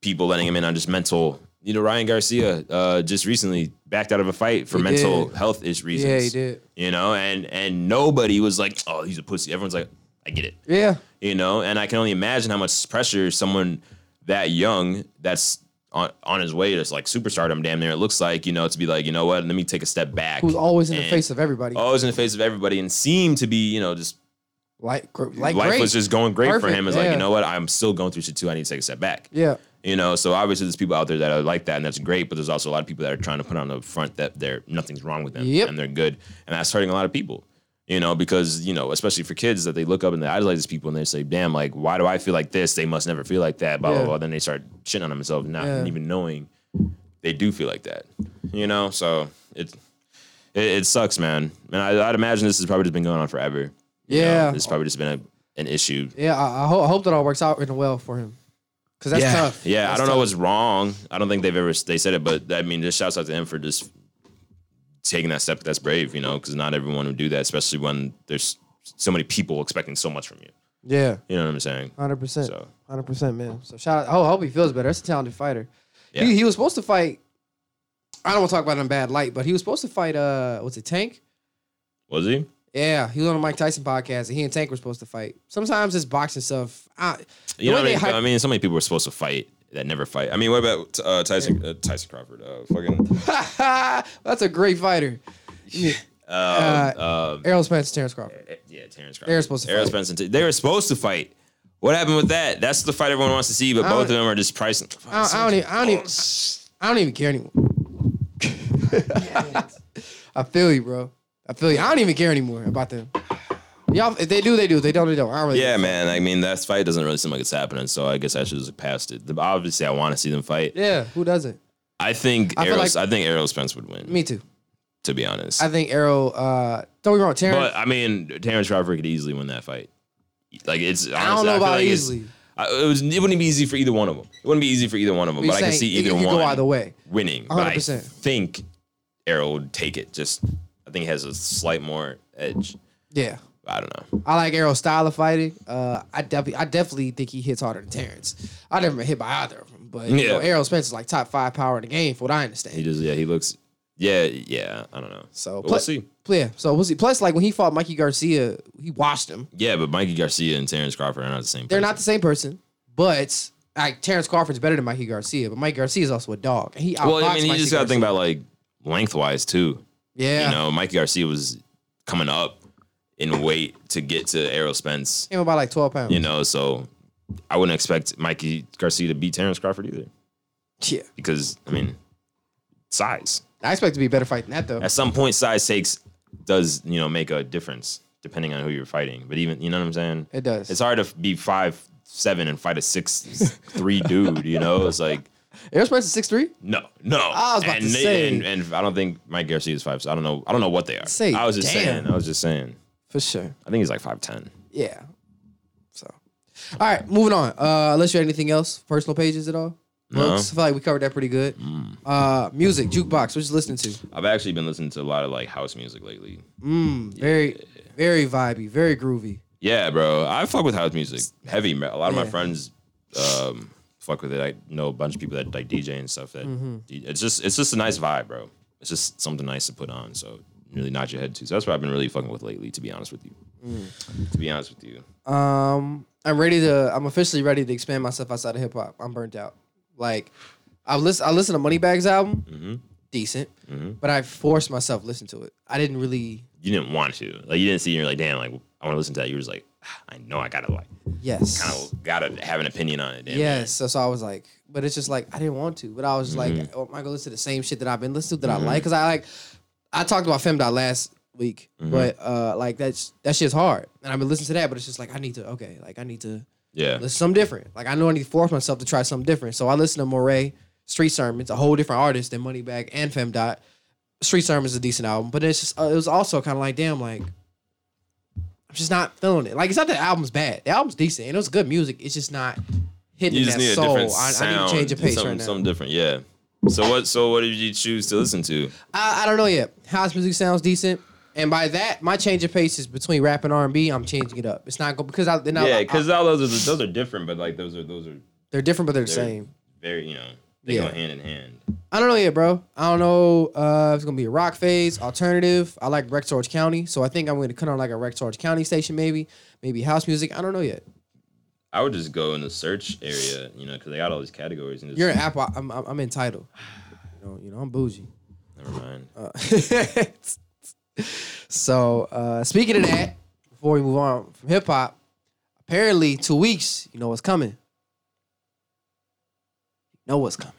[SPEAKER 3] people letting him in on just mental, you know, Ryan Garcia uh, just recently backed out of a fight for
[SPEAKER 2] He
[SPEAKER 3] mental
[SPEAKER 2] did.
[SPEAKER 3] health ish reasons.
[SPEAKER 2] Yeah, he did.
[SPEAKER 3] You know, and, and nobody was like, oh, he's a pussy. Everyone's like, I get it
[SPEAKER 2] Yeah.
[SPEAKER 3] you know and i can only imagine how much pressure someone that young that's on, on his way to like superstardom damn near it looks like you know to be like you know what let me take a step back
[SPEAKER 2] Who's always in the
[SPEAKER 3] And- oh,
[SPEAKER 2] face of everybody?
[SPEAKER 3] always in the face of everybody and seem to be you know just
[SPEAKER 2] like, gr- like
[SPEAKER 3] life
[SPEAKER 2] great.
[SPEAKER 3] was just going great for
[SPEAKER 2] Perfect,
[SPEAKER 3] him it's like
[SPEAKER 2] yeah.
[SPEAKER 3] you know what i'm still going through shit too i need to take a step back
[SPEAKER 2] yeah.
[SPEAKER 3] you know so obviously there's people out there that are like that and that's great but there's also a lot of people that are trying to put on the front that they're nothing's wrong with them
[SPEAKER 2] Yep.
[SPEAKER 3] and they're good and that's hurting a lot of people you know because you know especially for kids that they look up and they idolize these people and they say damn like why do i feel like this they must never feel like that blah
[SPEAKER 2] Yeah.
[SPEAKER 3] blah blah then they start shitting on themselves not
[SPEAKER 2] Yeah.
[SPEAKER 3] even knowing they do feel like that you know so it's it, it sucks man and I, i'd imagine this has probably just been going on forever you know?
[SPEAKER 2] Yeah.
[SPEAKER 3] it's probably just been a, an issue
[SPEAKER 2] Yeah. I, I, ho- I hope that all works out in a well for him. Cause that's
[SPEAKER 3] yeah.
[SPEAKER 2] tough.
[SPEAKER 3] Yeah,
[SPEAKER 2] That's
[SPEAKER 3] I don't know
[SPEAKER 2] tough.
[SPEAKER 3] what's wrong. I don't think they've ever they said it, but I mean, just shouts out to him for just taking that step. That's brave, you know, because not everyone would do that, especially when there's so many people expecting so much from you.
[SPEAKER 2] Yeah.
[SPEAKER 3] You know what I'm saying?
[SPEAKER 2] Hundred percent.
[SPEAKER 3] So
[SPEAKER 2] Hundred percent, man. So shout out. Oh, I hope he feels better. That's a talented fighter.
[SPEAKER 3] Yeah.
[SPEAKER 2] He, he was supposed to fight. I don't want to talk about it in bad light, but he was supposed to fight. Uh, what's it, Tank?
[SPEAKER 3] was he?
[SPEAKER 2] Yeah, he was on the Mike Tyson podcast, and he and Tank were supposed to fight. Sometimes this boxing stuff. I,
[SPEAKER 3] You
[SPEAKER 2] way
[SPEAKER 3] know, what I
[SPEAKER 2] they
[SPEAKER 3] mean?
[SPEAKER 2] hype-
[SPEAKER 3] I mean, so many people were supposed to fight that never fight. I mean, what about uh, Tyson uh, Tyson Crawford? Uh, fucking
[SPEAKER 2] that's a great fighter.
[SPEAKER 3] uh, uh,
[SPEAKER 2] Errol Spence, Terrence Crawford.
[SPEAKER 3] Eh, yeah, Terrence Crawford.
[SPEAKER 2] They were supposed to
[SPEAKER 3] Errol
[SPEAKER 2] fight.
[SPEAKER 3] Spence and T- they were supposed to fight. What happened with that? That's the fight everyone wants to see, but
[SPEAKER 2] I
[SPEAKER 3] both of
[SPEAKER 2] don't-
[SPEAKER 3] them are just pricing.
[SPEAKER 2] I don't, I don't even. I don't even. I don't even care anymore. I feel you, bro. I feel you. I don't even care anymore about them. Y'all, if they do, they do. If they don't, they don't. I don't really.
[SPEAKER 3] Yeah, man. I mean, that fight doesn't really seem like it's happening, so I guess I should just look past it. The- Obviously, I want to see them fight.
[SPEAKER 2] Yeah. Who doesn't?
[SPEAKER 3] I think
[SPEAKER 2] I feel
[SPEAKER 3] Errol,
[SPEAKER 2] like-
[SPEAKER 3] I think Errol Spence would win.
[SPEAKER 2] Me too.
[SPEAKER 3] to be honest,
[SPEAKER 2] I think Arrow. Uh, don't be wrong, Terrence.
[SPEAKER 3] but I mean, Terrence Crawford could easily win that fight. Like it's, honestly,
[SPEAKER 2] I don't know
[SPEAKER 3] feel
[SPEAKER 2] about
[SPEAKER 3] like it's-
[SPEAKER 2] easily.
[SPEAKER 3] I, it, was, it wouldn't be easy for either one of them. It wouldn't be easy for either one of them.
[SPEAKER 2] You're
[SPEAKER 3] But I can
[SPEAKER 2] saying
[SPEAKER 3] see
[SPEAKER 2] it-
[SPEAKER 3] either
[SPEAKER 2] it could
[SPEAKER 3] one
[SPEAKER 2] go either way.
[SPEAKER 3] winning. But I
[SPEAKER 2] 100%.
[SPEAKER 3] think Errol would take it. Just I think he has a slight more edge.
[SPEAKER 2] Yeah,
[SPEAKER 3] I don't know.
[SPEAKER 2] I like Arrow's style of fighting. Uh, I definitely, I definitely think he hits harder than Terrence. I never been hit by either of them, but you know,
[SPEAKER 3] Yeah.
[SPEAKER 2] Arrow Spence is like top five power in the game, for what I understand.
[SPEAKER 3] He just yeah. He looks yeah yeah. I don't know.
[SPEAKER 2] So
[SPEAKER 3] But
[SPEAKER 2] pl-
[SPEAKER 3] we'll see.
[SPEAKER 2] Yeah, so we'll see. Plus, like when he fought Mikey Garcia, he washed him.
[SPEAKER 3] Yeah, but Mikey Garcia and Terrence Crawford are not the same.
[SPEAKER 2] They're
[SPEAKER 3] person.
[SPEAKER 2] not the same person, but like Terrence Crawford's better than Mikey Garcia, but Mikey Garcia is also a dog. And he
[SPEAKER 3] Well, I
[SPEAKER 2] outboxed
[SPEAKER 3] mean, you
[SPEAKER 2] Mikey
[SPEAKER 3] just got to think
[SPEAKER 2] Garcia.
[SPEAKER 3] about like lengthwise too.
[SPEAKER 2] yeah,
[SPEAKER 3] You know, Mikey Garcia was coming up in weight to get to Errol Spence.
[SPEAKER 2] came about like twelve pounds.
[SPEAKER 3] You know, so I wouldn't expect Mikey Garcia to beat Terrence Crawford either,
[SPEAKER 2] yeah,
[SPEAKER 3] because I mean, size.
[SPEAKER 2] I expect it to be a better fight than that though.
[SPEAKER 3] At some point, size takes does you know make a difference depending on who you're fighting. But even you know what I'm saying?
[SPEAKER 2] It does.
[SPEAKER 3] It's hard to be five seven and fight a six three dude. You know, it's like.
[SPEAKER 2] Errol Spence is six three.
[SPEAKER 3] No, no.
[SPEAKER 2] I was about
[SPEAKER 3] and
[SPEAKER 2] to
[SPEAKER 3] they-
[SPEAKER 2] say.
[SPEAKER 3] and, and I don't think Mike Garcia is five. So I don't know. I don't know what they are.
[SPEAKER 2] Say,
[SPEAKER 3] I was just
[SPEAKER 2] damn.
[SPEAKER 3] saying. I was just saying.
[SPEAKER 2] For sure.
[SPEAKER 3] I think he's like five ten.
[SPEAKER 2] Yeah. So. All right, moving on. Uh, unless you had anything else, personal pages at all?
[SPEAKER 3] No.
[SPEAKER 2] Books? I feel like we covered that pretty good. Uh, music, jukebox, what you listening to?
[SPEAKER 3] I've actually been listening to a lot of like house music lately.
[SPEAKER 2] Mm, very, very vibey, very groovy.
[SPEAKER 3] Yeah, bro. I fuck with house music heavy. man. A lot of
[SPEAKER 2] Yeah.
[SPEAKER 3] my friends um, fuck with it. I know a bunch of people that like DJ and stuff. That
[SPEAKER 2] Mm-hmm.
[SPEAKER 3] it's just it's just a nice vibe, bro. It's just something nice to put on. So really nod your head to. So that's what I've been really fucking with lately. To be honest with you.
[SPEAKER 2] Mm.
[SPEAKER 3] To be honest with you.
[SPEAKER 2] Um, I'm ready to. I'm officially ready to expand myself outside of hip hop. I'm burnt out. Like, I listen. I listen to Moneybags album, decent, but I forced myself to listen to it. I didn't really.
[SPEAKER 3] You didn't want to. Like you didn't see. You're like, damn. Like I want to listen to that. You were just like, "Ah, I know I gotta like.
[SPEAKER 2] Yes.
[SPEAKER 3] I gotta have an opinion on it. Damn
[SPEAKER 2] Yes, so, so I was like, but it's just like I didn't want to, but I was just like, oh, am I gonna listen to the same shit that I've been listening to that I like? Because I like, I talked about Femdot last week.
[SPEAKER 3] Mhm.
[SPEAKER 2] But uh, like that's that shit's hard, and I've been listening to that. But it's just like I need to okay, like I need to
[SPEAKER 3] Yeah.
[SPEAKER 2] listen to something different. Like I know I need to force myself to try something different. So I listen to Moray Street Sermons, a whole different artist than Moneybag and Fem Dot. Street Sermons is a decent album, but it's just uh, it was also kind of like damn, like I'm just not feeling it. Like it's not that the album's bad. The album's decent and it was good music. It's just not hitting
[SPEAKER 3] You just
[SPEAKER 2] that
[SPEAKER 3] need a
[SPEAKER 2] soul.
[SPEAKER 3] different
[SPEAKER 2] I,
[SPEAKER 3] sound.
[SPEAKER 2] I need to change the pace
[SPEAKER 3] something,
[SPEAKER 2] right now.
[SPEAKER 3] Something different. Yeah. So what? So what did you choose to listen to?
[SPEAKER 2] I, I don't know yet. House music sounds decent, and by that, my change of pace is between rap and R and B. I'm changing it up. It's not go because I, they're not.
[SPEAKER 3] yeah, because all those are those are different, but like those are those are
[SPEAKER 2] they're different, but they're the
[SPEAKER 3] They're-
[SPEAKER 2] same.
[SPEAKER 3] very you know they
[SPEAKER 2] Yeah.
[SPEAKER 3] go hand in hand.
[SPEAKER 2] I don't know yet, bro. I don't know uh, if it's gonna be a rock phase, alternative. I like Rex Orange County, so I think I'm gonna cut on like a Rex Orange County station, maybe, maybe house music. I don't know yet.
[SPEAKER 3] I would just go in the search area, you know, because they got all these categories. And just,
[SPEAKER 2] You're an Apple. I'm I'm, I'm entitled. You know, you know, I'm bougie.
[SPEAKER 3] never mind.
[SPEAKER 2] Uh, so uh, speaking of that, before we move on from hip hop, apparently two weeks, you know what's coming. You know what's coming.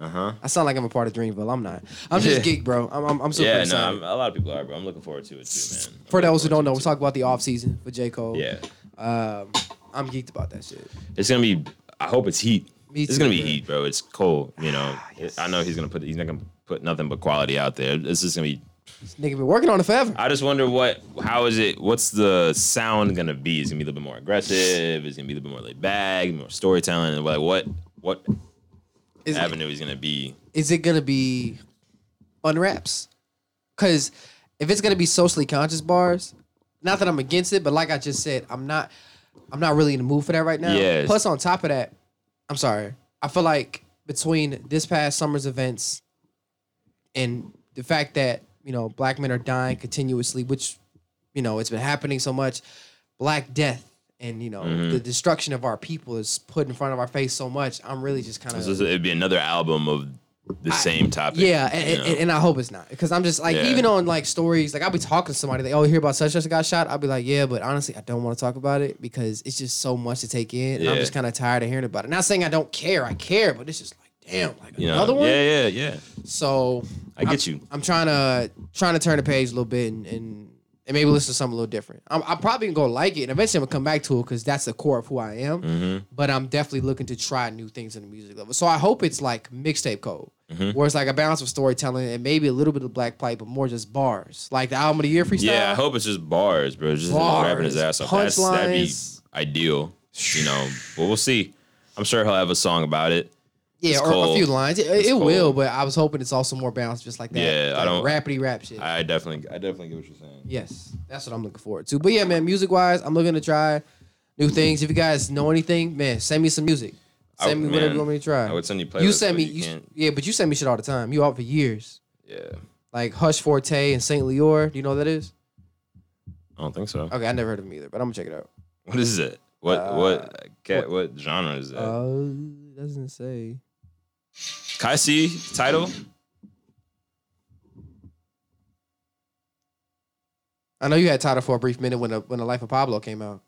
[SPEAKER 3] Uh huh.
[SPEAKER 2] I sound like I'm a part of Dreamville. I'm not. I'm just
[SPEAKER 3] Yeah.
[SPEAKER 2] geek, bro. I'm I'm, I'm super
[SPEAKER 3] Yeah, no,
[SPEAKER 2] excited.
[SPEAKER 3] I'm, a lot of people are, bro. I'm looking forward to it too, man. I'm
[SPEAKER 2] For
[SPEAKER 3] looking
[SPEAKER 2] those who don't
[SPEAKER 3] forward
[SPEAKER 2] know,
[SPEAKER 3] to
[SPEAKER 2] we're talking about the off season for J Cole.
[SPEAKER 3] it, too. Yeah,
[SPEAKER 2] Um, I'm geeked about that shit.
[SPEAKER 3] it's gonna be. I hope it's heat.
[SPEAKER 2] Me too,
[SPEAKER 3] it's
[SPEAKER 2] Ah,
[SPEAKER 3] gonna be
[SPEAKER 2] man.
[SPEAKER 3] heat, bro. It's cold. You know, I know he's gonna put. He's not gonna put nothing but quality out there. It's just gonna be.
[SPEAKER 2] This nigga been working on it forever.
[SPEAKER 3] I just wonder what. How is it? What's the sound gonna be? Is it gonna be a little bit more aggressive? Is it gonna be a little bit more laid back? More storytelling? And like what? What
[SPEAKER 2] Is, Uh,
[SPEAKER 3] avenue is gonna be?
[SPEAKER 2] is it gonna be fun raps? Because if it's gonna be socially conscious bars, not that I'm against it, but like I just said, I'm not, I'm not really in the mood for that right now.
[SPEAKER 3] Yes.
[SPEAKER 2] Plus, on top of that, I'm sorry. I feel like between this past summer's events and the fact that you know black men are dying continuously, which you know it's been happening so much, black death. And you know
[SPEAKER 3] Mhm.
[SPEAKER 2] the destruction of our people is put in front of our face so much. I'm really just kind of
[SPEAKER 3] It's just- it'd be another album of the
[SPEAKER 2] I-
[SPEAKER 3] same topic.
[SPEAKER 2] Yeah,
[SPEAKER 3] you
[SPEAKER 2] and,
[SPEAKER 3] know?
[SPEAKER 2] and, and I hope it's not because I'm just like
[SPEAKER 3] Yeah.
[SPEAKER 2] even on like stories, like I'll be talking to somebody, they oh hear about such such got shot. I'll be like, yeah, but honestly, I don't want to talk about it because it's just so much to take in. And I'm
[SPEAKER 3] Yeah.
[SPEAKER 2] just kind of tired of hearing about it. Not saying I don't care, I care, but it's just like damn, like
[SPEAKER 3] You know,
[SPEAKER 2] another one.
[SPEAKER 3] Yeah, yeah, yeah.
[SPEAKER 2] So
[SPEAKER 3] I get you.
[SPEAKER 2] I'm trying to trying to turn the page a little bit and. and and maybe listen to something a little different. I'm, I'm probably gonna like it, and eventually I'm gonna come back to it because that's the core of who I am.
[SPEAKER 3] Mm-hmm.
[SPEAKER 2] But I'm definitely looking to try new things in the music level. So I hope it's like mixtape code
[SPEAKER 3] Mhm.
[SPEAKER 2] where it's like a balance of storytelling and maybe a little bit of black plight, but more just bars. Like the album of the year freestyle.
[SPEAKER 3] Yeah, I hope it's just bars, bro. Just rapping his ass off. That's, that'd be
[SPEAKER 2] punchlines.
[SPEAKER 3] ideal, you know. But we'll see. I'm sure he'll have a song about it.
[SPEAKER 2] Yeah,
[SPEAKER 3] it's
[SPEAKER 2] or a
[SPEAKER 3] cold.
[SPEAKER 2] few lines. It,
[SPEAKER 3] It's
[SPEAKER 2] it will,
[SPEAKER 3] cold.
[SPEAKER 2] but I was hoping it's also more balanced, just like that.
[SPEAKER 3] Yeah,
[SPEAKER 2] like
[SPEAKER 3] I don't-
[SPEAKER 2] rappity rap shit.
[SPEAKER 3] I definitely, I definitely get what you're saying.
[SPEAKER 2] Yes, that's what I'm looking forward to. But yeah, man, music wise, I'm looking to try new things. If you guys know anything, man, send me some music.
[SPEAKER 3] I
[SPEAKER 2] Send
[SPEAKER 3] would-
[SPEAKER 2] me whatever
[SPEAKER 3] man,
[SPEAKER 2] you want me to try.
[SPEAKER 3] I would send you playlists.
[SPEAKER 2] you send me,
[SPEAKER 3] but
[SPEAKER 2] you
[SPEAKER 3] can't-
[SPEAKER 2] yeah, but you send me shit all the time. You out for years,
[SPEAKER 3] yeah.
[SPEAKER 2] like Hush Forte and Saint Lior. Do you know what that is?
[SPEAKER 3] I don't think so.
[SPEAKER 2] Okay, I never heard of them either, but I'm gonna check it out.
[SPEAKER 3] What is it? What
[SPEAKER 2] Uh,
[SPEAKER 3] what cat? What, genre is that? Uh,
[SPEAKER 2] Uh, doesn't say.
[SPEAKER 3] Can I see title?
[SPEAKER 2] I know you had title for a brief minute when the, when the Life of Pablo came out.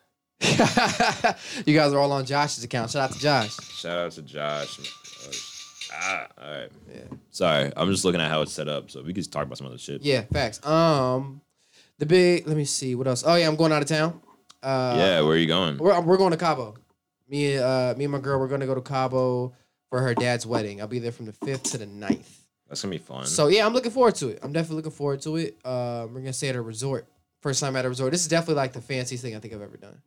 [SPEAKER 2] you guys are all on Josh's account. Shout out to Oh, Josh.
[SPEAKER 3] Shout out to Josh. Josh. Ah, all right.
[SPEAKER 2] Yeah.
[SPEAKER 3] Sorry, I'm just looking at how it's set up. So we could talk about some other shit.
[SPEAKER 2] Yeah, facts. Um, the big. Let me see what else. Oh yeah, I'm going out of town. Uh,
[SPEAKER 3] yeah, where are you going?
[SPEAKER 2] we're uh, we're going to Cabo. Me and uh, me and my girl, we're gonna go to Cabo for her dad's wedding. I'll be there from the fifth to the 9th.
[SPEAKER 3] That's gonna be fun.
[SPEAKER 2] So yeah, I'm looking forward to it. I'm definitely looking forward to it. Uh, we're gonna stay at a resort. First time at a resort. This is definitely like the fanciest thing I think I've ever done.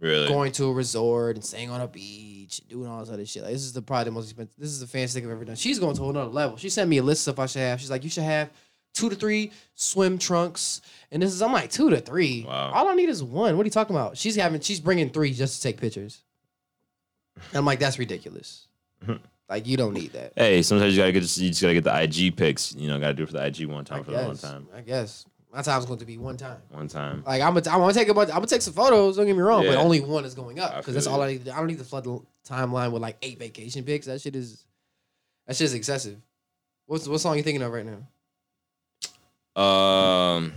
[SPEAKER 3] really,
[SPEAKER 2] going to a resort and staying on a beach, doing all this other shit. Like this is the probably the most expensive. This is the fanciest thing I've ever done. She's going to another level. She sent me a list of stuff I should have. She's like, you should have two to three swim trunks, and this is I'm like two to three.
[SPEAKER 3] Wow.
[SPEAKER 2] All I need is one. What are you talking about? She's having she's bringing three just to take pictures. And I'm like, that's ridiculous. like you don't need that.
[SPEAKER 3] hey, sometimes you gotta get you just gotta get the IG pics. You know, gotta do it for the IG one
[SPEAKER 2] I
[SPEAKER 3] time for the one
[SPEAKER 2] guess.
[SPEAKER 3] time.
[SPEAKER 2] I guess my time's going to be one time.
[SPEAKER 3] One time.
[SPEAKER 2] Like I'm gonna, I'm gonna take a bunch. I'm gonna take some photos. Don't get me wrong, but
[SPEAKER 3] Yeah.
[SPEAKER 2] only one is going up
[SPEAKER 3] I
[SPEAKER 2] because that's
[SPEAKER 3] feel
[SPEAKER 2] all
[SPEAKER 3] you.
[SPEAKER 2] I need. to do. I don't need to flood the timeline with like eight vacation pics. That shit is, that shit is excessive. What's what song you thinking of right now?
[SPEAKER 3] Um,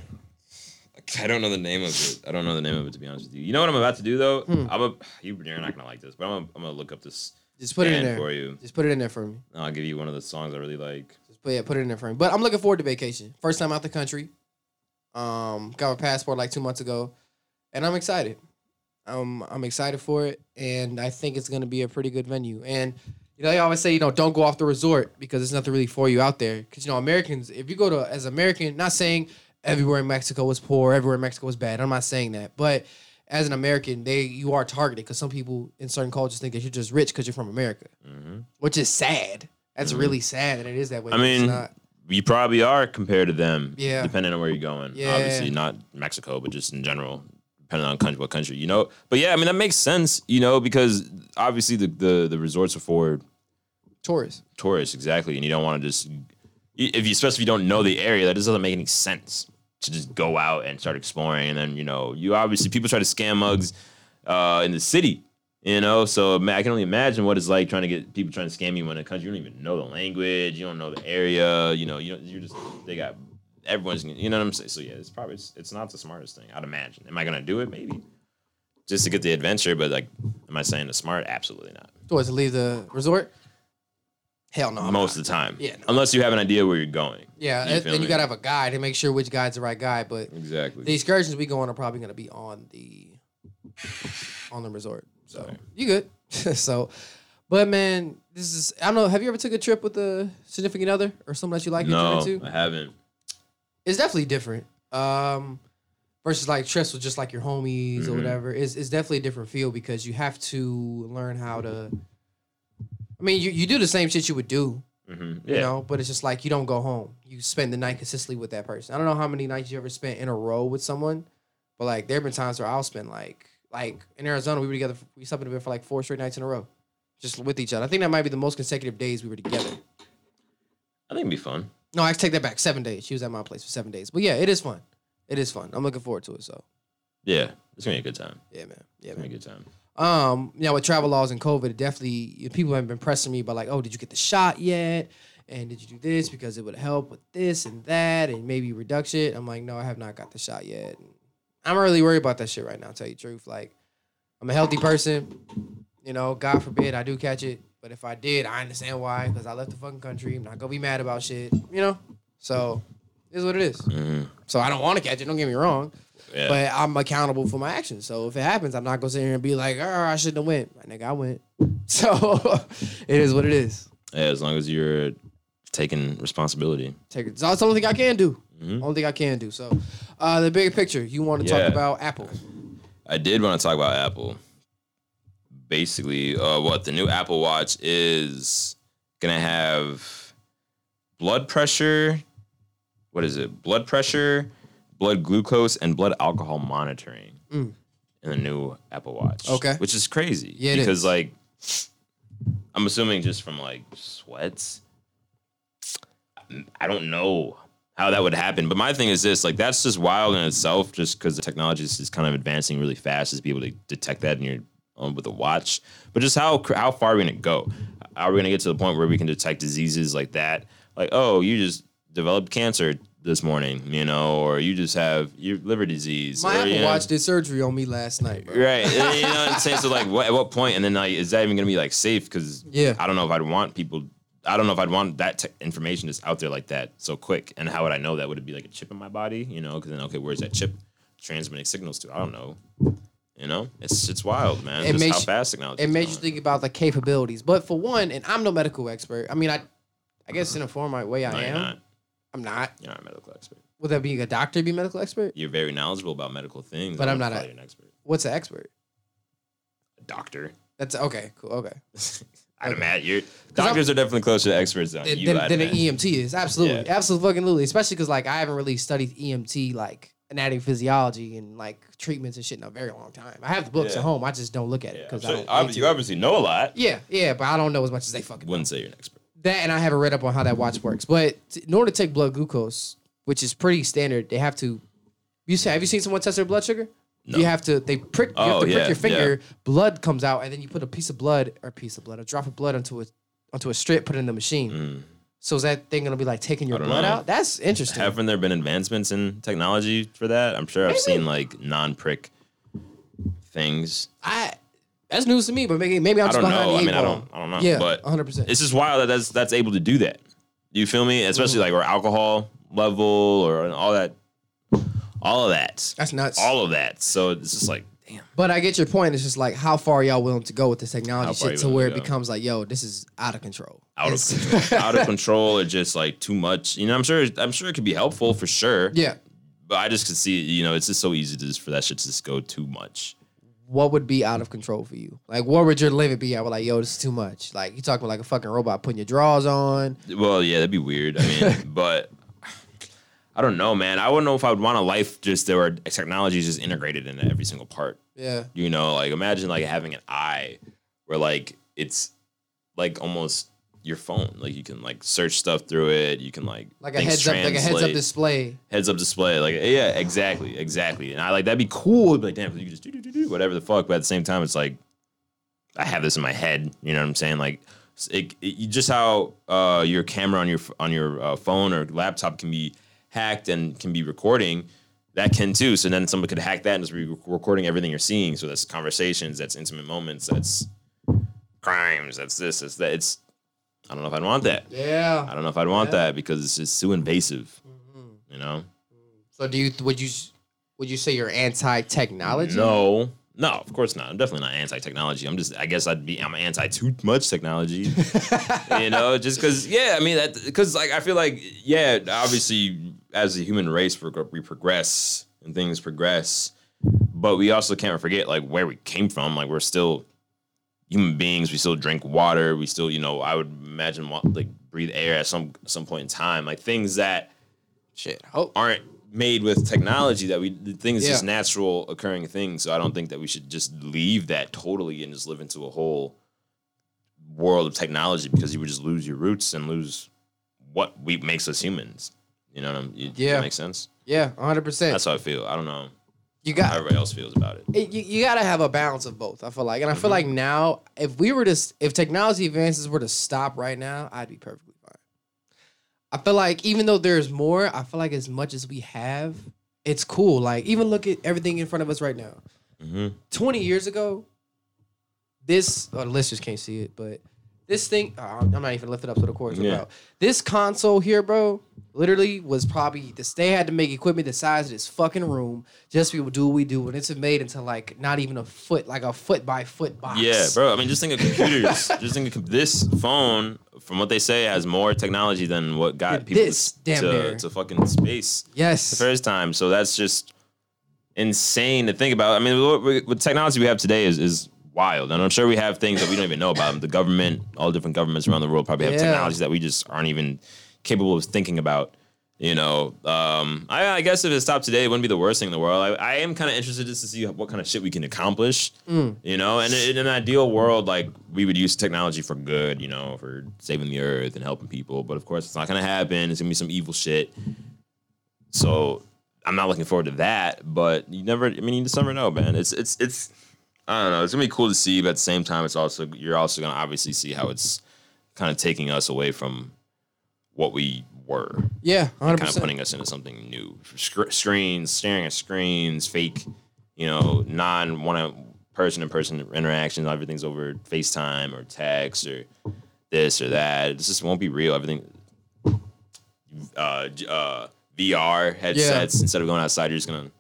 [SPEAKER 3] I don't know the name of it. I don't know the name of it to be honest with you. You know what I'm about to do though?
[SPEAKER 2] Hmm.
[SPEAKER 3] I'm a, you, you're not gonna like this, but I'm gonna, I'm gonna look up this
[SPEAKER 2] Just put it in
[SPEAKER 3] band
[SPEAKER 2] there.
[SPEAKER 3] for you.
[SPEAKER 2] Just put it in there for me.
[SPEAKER 3] And I'll give you one of the songs I really like.
[SPEAKER 2] Just put yeah, put it in there for me. But I'm looking forward to vacation. First time out the country. Um, got my passport like two months ago, and I'm excited. Um, I'm excited for it, and I think it's gonna be a pretty good venue. And you know, they always say you know don't go off the resort because there's nothing really for you out there. Because you know, Americans, if you go to as American, not saying everywhere in Mexico was poor, everywhere in Mexico was bad. I'm not saying that, but as an American, they you are targeted because some people in certain cultures think that you're just rich because you're from America,
[SPEAKER 3] Mhm.
[SPEAKER 2] which is sad. That's
[SPEAKER 3] Mhm.
[SPEAKER 2] really sad that it is that way.
[SPEAKER 3] I
[SPEAKER 2] but
[SPEAKER 3] mean,
[SPEAKER 2] it's not.
[SPEAKER 3] You probably are compared to them,
[SPEAKER 2] Yeah.
[SPEAKER 3] depending on where you're going.
[SPEAKER 2] Yeah.
[SPEAKER 3] Obviously, not Mexico, but just in general, depending on country, what country, you know. But yeah, I mean, that makes sense, you know, because obviously the, the, the resorts are for
[SPEAKER 2] tourists.
[SPEAKER 3] tourists, exactly. And you don't want to just, if you, especially if you don't know the area, that just doesn't make any sense to just go out and start exploring. And then, you know, you obviously, people try to scam mugs uh, in the city, you know? So ma- I can only imagine what it's like trying to get people trying to scam you in a country. You don't even know the language, you don't know the area, you know, you don't, you're just, they got, everyone's, you know what I'm saying? So yeah, it's probably, it's, it's not the smartest thing, I'd imagine. Am I going to do it? Maybe. Just to get the adventure, but like, am I saying it's smart? Absolutely not
[SPEAKER 2] Tourists leave the resort. Hell no. I'm
[SPEAKER 3] most
[SPEAKER 2] not.
[SPEAKER 3] of the time.
[SPEAKER 2] Yeah, no.
[SPEAKER 3] Unless you have an idea where you're going.
[SPEAKER 2] yeah,
[SPEAKER 3] you
[SPEAKER 2] and,
[SPEAKER 3] feel
[SPEAKER 2] and
[SPEAKER 3] me?
[SPEAKER 2] you gotta have a guide to make sure which guide's the right guy. But
[SPEAKER 3] Exactly.
[SPEAKER 2] the excursions we go on are probably gonna be on the on the resort. So
[SPEAKER 3] Sorry.
[SPEAKER 2] you good? so, but man, this is I don't know. Have you ever took a trip with a significant other or someone that you like? that you're
[SPEAKER 3] no,
[SPEAKER 2] into?
[SPEAKER 3] I haven't.
[SPEAKER 2] it's definitely different. Um, versus like trips with just like your homies or
[SPEAKER 3] Mhm.
[SPEAKER 2] whatever. It's it's definitely a different feel because you have to learn how to. I mean, you, you do the same shit you would do,
[SPEAKER 3] hmm
[SPEAKER 2] you
[SPEAKER 3] Yeah.
[SPEAKER 2] know, but it's just like you don't go home. You spend the night consistently with that person. I don't know how many nights you ever spent in a row with someone, but like there have been times where I'll spend like like in Arizona we were together. We slept in the bed for like four straight nights in a row, just with each other. I think that might be the most consecutive days we were together.
[SPEAKER 3] I think it'd be fun.
[SPEAKER 2] No, I take that back. Seven days. She was at my place for seven days. But yeah, it is fun. It is fun. I'm looking forward to it. So
[SPEAKER 3] Yeah. It's gonna be a good time.
[SPEAKER 2] yeah, man. Yeah,
[SPEAKER 3] It's gonna
[SPEAKER 2] man.
[SPEAKER 3] be a good time.
[SPEAKER 2] Um, yeah, with travel laws and COVID, it definitely people have been pressing me by like, oh, did you get the shot yet? And did you do this because it would help with this and that and maybe reduction? I'm like, no, I have not got the shot yet. I'm not really worried about that shit right now. Tell you the truth, like I'm a healthy person. You know, God forbid I do catch it, but if I did, I understand why because I left the fucking country. I'm not gonna be mad about shit. You know, so it is what it is.
[SPEAKER 3] hmm
[SPEAKER 2] So I don't want to catch it. Don't get me wrong,
[SPEAKER 3] Yeah.
[SPEAKER 2] but I'm accountable for my actions. So if it happens, I'm not gonna sit here and be like, "Oh, I shouldn't have went." My nigga, I went. So it is what it is.
[SPEAKER 3] yeah. As long as you're taking responsibility.
[SPEAKER 2] Take it. It's the only thing I can do.
[SPEAKER 3] Mhm.
[SPEAKER 2] Only thing I can do. So uh, the bigger picture, you want to
[SPEAKER 3] Yeah.
[SPEAKER 2] talk about Apple?
[SPEAKER 3] I did want to talk about Apple. Basically, uh, what the new Apple Watch is gonna have blood pressure. What is it? Blood pressure, blood glucose, and blood alcohol monitoring
[SPEAKER 2] Mm.
[SPEAKER 3] in the new Apple Watch.
[SPEAKER 2] Okay.
[SPEAKER 3] which is crazy.
[SPEAKER 2] Yeah, it
[SPEAKER 3] because
[SPEAKER 2] is.
[SPEAKER 3] like, I'm assuming just from like sweats. I don't know how that would happen. But my thing is this: like that's just wild in itself, just because the technology is just kind of advancing really fast, just be able to detect that in your um, with a watch. But just how cr- how far are we gonna go? Are we gonna get to the point where we can detect diseases like that? Like, oh, you just developed cancer this morning, you know, or you just have your liver disease.
[SPEAKER 2] My
[SPEAKER 3] or,
[SPEAKER 2] Apple
[SPEAKER 3] you know-
[SPEAKER 2] Watch did surgery on me last night, bro.
[SPEAKER 3] Right, you know what I'm saying. So, like, what, at what point, and then like, is that even gonna be like safe? Because
[SPEAKER 2] Yeah.
[SPEAKER 3] I don't know if I'd want people. I don't know if I'd want that te- information just out there like that so quick. And how would I know that? Would it be like a chip in my body? You know, because then okay, where's that chip transmitting signals to? I don't know. You know, it's it's wild, man.
[SPEAKER 2] It
[SPEAKER 3] just
[SPEAKER 2] makes
[SPEAKER 3] how
[SPEAKER 2] you-
[SPEAKER 3] fast technology.
[SPEAKER 2] It
[SPEAKER 3] is
[SPEAKER 2] makes you
[SPEAKER 3] going.
[SPEAKER 2] think about the capabilities. But for one, and I'm no medical expert. I mean, I, I guess in a form of way I
[SPEAKER 3] No,
[SPEAKER 2] am.
[SPEAKER 3] you're not.
[SPEAKER 2] I'm not.
[SPEAKER 3] You're not a medical expert.
[SPEAKER 2] Would that being a doctor be a medical expert?
[SPEAKER 3] You're very knowledgeable about medical things.
[SPEAKER 2] But
[SPEAKER 3] I
[SPEAKER 2] I'm
[SPEAKER 3] wouldn't
[SPEAKER 2] not
[SPEAKER 3] call
[SPEAKER 2] a-
[SPEAKER 3] you an expert.
[SPEAKER 2] What's an expert?
[SPEAKER 3] A doctor.
[SPEAKER 2] That's okay. Cool. Okay.
[SPEAKER 3] I'd
[SPEAKER 2] Okay.
[SPEAKER 3] imagine you're,
[SPEAKER 2] I'm-
[SPEAKER 3] doctors are definitely closer to experts than
[SPEAKER 2] than,
[SPEAKER 3] you.
[SPEAKER 2] than,
[SPEAKER 3] I'd
[SPEAKER 2] than an E
[SPEAKER 3] imagine.
[SPEAKER 2] EMT is. Absolutely,
[SPEAKER 3] Yeah.
[SPEAKER 2] absolutely, fucking absolutely. Especially because like I haven't really studied EMT like anatomy, physiology, and like treatments and shit in a very long time. I have the books
[SPEAKER 3] Yeah.
[SPEAKER 2] at home. I just don't look at it
[SPEAKER 3] Yeah, I'm
[SPEAKER 2] because
[SPEAKER 3] sure-
[SPEAKER 2] I don't.
[SPEAKER 3] obvi-
[SPEAKER 2] need
[SPEAKER 3] you
[SPEAKER 2] to.
[SPEAKER 3] obviously know a lot.
[SPEAKER 2] yeah, yeah, but I don't know as much as they fucking
[SPEAKER 3] Wouldn't say you're an expert.
[SPEAKER 2] that, and I haven't read up on how that watch works. But t- in order to take blood glucose, which is pretty standard, they have to. You say, have you seen someone test their blood sugar?
[SPEAKER 3] No.
[SPEAKER 2] You have to. They prick. You
[SPEAKER 3] Oh,
[SPEAKER 2] have to prick
[SPEAKER 3] yeah,
[SPEAKER 2] your finger. Blood comes out, and then you put a piece of blood or piece of blood, a drop of blood onto a onto a strip, put it in the machine.
[SPEAKER 3] Mm.
[SPEAKER 2] So is that thing gonna be like taking your
[SPEAKER 3] I don't
[SPEAKER 2] blood
[SPEAKER 3] know.
[SPEAKER 2] out? That's interesting.
[SPEAKER 3] Haven't there been advancements in technology for that? I'm sure I've seen like non prick things.
[SPEAKER 2] I that's news to me, but maybe maybe I'm
[SPEAKER 3] I
[SPEAKER 2] just
[SPEAKER 3] don't
[SPEAKER 2] behind
[SPEAKER 3] know.
[SPEAKER 2] the
[SPEAKER 3] I
[SPEAKER 2] eight
[SPEAKER 3] mean, I
[SPEAKER 2] ball.
[SPEAKER 3] don't. I don't know.
[SPEAKER 2] yeah,
[SPEAKER 3] but
[SPEAKER 2] 100. percent
[SPEAKER 3] it's just wild that that's that's able to
[SPEAKER 2] Mm-hmm.
[SPEAKER 3] do that. You feel me? Especially like where alcohol level or all that all of that,
[SPEAKER 2] That's nuts.
[SPEAKER 3] all of that. So it's just like, damn,
[SPEAKER 2] But I get your point. It's just like how far y'all willing to go with this technology
[SPEAKER 3] How far
[SPEAKER 2] shit
[SPEAKER 3] you
[SPEAKER 2] to
[SPEAKER 3] willing
[SPEAKER 2] where
[SPEAKER 3] to
[SPEAKER 2] it
[SPEAKER 3] go?
[SPEAKER 2] becomes like, yo, this is out of control.
[SPEAKER 3] out of
[SPEAKER 2] It's-
[SPEAKER 3] control, out of control, or just like too much. You know, I'm sure, I'm sure it could be helpful for sure.
[SPEAKER 2] yeah.
[SPEAKER 3] But I just could see, you know, it's just so easy to just for that shit to just go too much.
[SPEAKER 2] What would be out of control for you? Like, what would your limit be? I was like, yo, this is too much. Like, you talking about like a fucking robot putting your drawers on.
[SPEAKER 3] Well, yeah, that'd be weird. I mean, but I don't know, man. I wouldn't know if I would want a life just there were technologies just integrated into every single part.
[SPEAKER 2] Yeah.
[SPEAKER 3] You know, like imagine like having an eye where like it's like almost your phone. Like you can like search stuff through it. You can like
[SPEAKER 2] Like a
[SPEAKER 3] things
[SPEAKER 2] heads up, like a heads up
[SPEAKER 3] translate.
[SPEAKER 2] display.
[SPEAKER 3] heads up display. Like yeah, exactly, exactly. And I like that'd be cool. It'd be like damn, you could just do do do do whatever the fuck. But at the same time, it's like I have this in my head. You know what I'm saying? Like it, it, you- just how uh, your camera on your f- on your uh, phone or laptop can be hacked and can be recording. That can too. So then someone could hack that and just be rec- recording everything you're seeing. So that's conversations, that's intimate moments, that's crimes, that's this, that's that. It's I don't know if I'd want that.
[SPEAKER 2] Yeah. Mm-hmm.
[SPEAKER 3] I don't know if I'd want
[SPEAKER 2] Yeah.
[SPEAKER 3] that because it's just too invasive. You know.
[SPEAKER 2] So do you would you would you say you're anti technology?
[SPEAKER 3] No, no, of course not. I'm definitely not anti-technology. I'm just, I guess I'd be, I'm anti too much technology. you know, just because, yeah, I mean, that because like I feel like, yeah, obviously, as a human race, we we progress and things progress, but we also can't forget like where we came from. Like we're still human beings. We still drink water. We still, you know, I would imagine wa- like breathe air at some some point in time. Like things that
[SPEAKER 2] Shit. Oh.
[SPEAKER 3] aren't made with technology that we the thing is
[SPEAKER 2] Yeah.
[SPEAKER 3] just natural occurring things. So I don't think that we should just leave that totally and just live into a whole world of technology because you would just lose your roots and lose what we makes us humans. You know what I'm you,
[SPEAKER 2] Yeah.
[SPEAKER 3] that makes sense?
[SPEAKER 2] Yeah, 100. percent
[SPEAKER 3] That's how I feel. I don't know
[SPEAKER 2] You
[SPEAKER 3] how
[SPEAKER 2] got
[SPEAKER 3] everybody else feels about it.
[SPEAKER 2] it, you, you gotta have a balance of both. I feel like, and I
[SPEAKER 3] Mm-hmm.
[SPEAKER 2] feel like now, if we were to, s- if technology advances were to stop right now, I'd be perfectly fine. I feel like even though there's more, I feel like as much as we have, it's cool. Like even look at everything in front of us right now.
[SPEAKER 3] Mm-hmm.
[SPEAKER 2] 20 years ago, this oh, the listeners can't see it, but this thing oh, I'm not even lifting up to the cords.
[SPEAKER 3] Yeah.
[SPEAKER 2] Bro. This console here, bro, literally was probably this. They had to make equipment the size of this fucking room just to be able to do what we do, and it's made into like not even a foot, like a foot by foot box.
[SPEAKER 3] Yeah, bro. I mean, just think of computers. just think of com- this phone. From what they say, has more technology than what got people
[SPEAKER 2] This,
[SPEAKER 3] to,
[SPEAKER 2] damn near.
[SPEAKER 3] to fucking space. the
[SPEAKER 2] Yes.
[SPEAKER 3] first time. So that's just insane to think about. I mean, what, we- what technology we have today is is wild, and I'm sure we have things that we don't even know about. The government, all different governments around the world, probably have
[SPEAKER 2] Yeah.
[SPEAKER 3] technologies that we just aren't even capable of thinking about. You know, um, I, I guess if it stopped today, it wouldn't be the worst thing in the world. I, I am kind of interested just to see what kind of shit we can accomplish. You know, and in an ideal world, like we would use technology for good. You know, for saving the earth and helping people. But of course, it's not gonna happen. It's gonna be some evil shit. So I'm not looking forward to that, but you never I mean you just never know, man. It's it's it's I don't know, it's gonna be cool to see, but at the same time it's also you're also gonna obviously see how it's kind of taking us away from what we were.
[SPEAKER 2] Yeah, 100.
[SPEAKER 3] Kind of
[SPEAKER 2] percent
[SPEAKER 3] putting us into something new. Sc- screens, staring at screens, fake, you know, non one person to person interactions, everything's over FaceTime or text or this or that. It just won't be real. Everything uh, j- uh, VR headsets instead of going outside. You're just gonna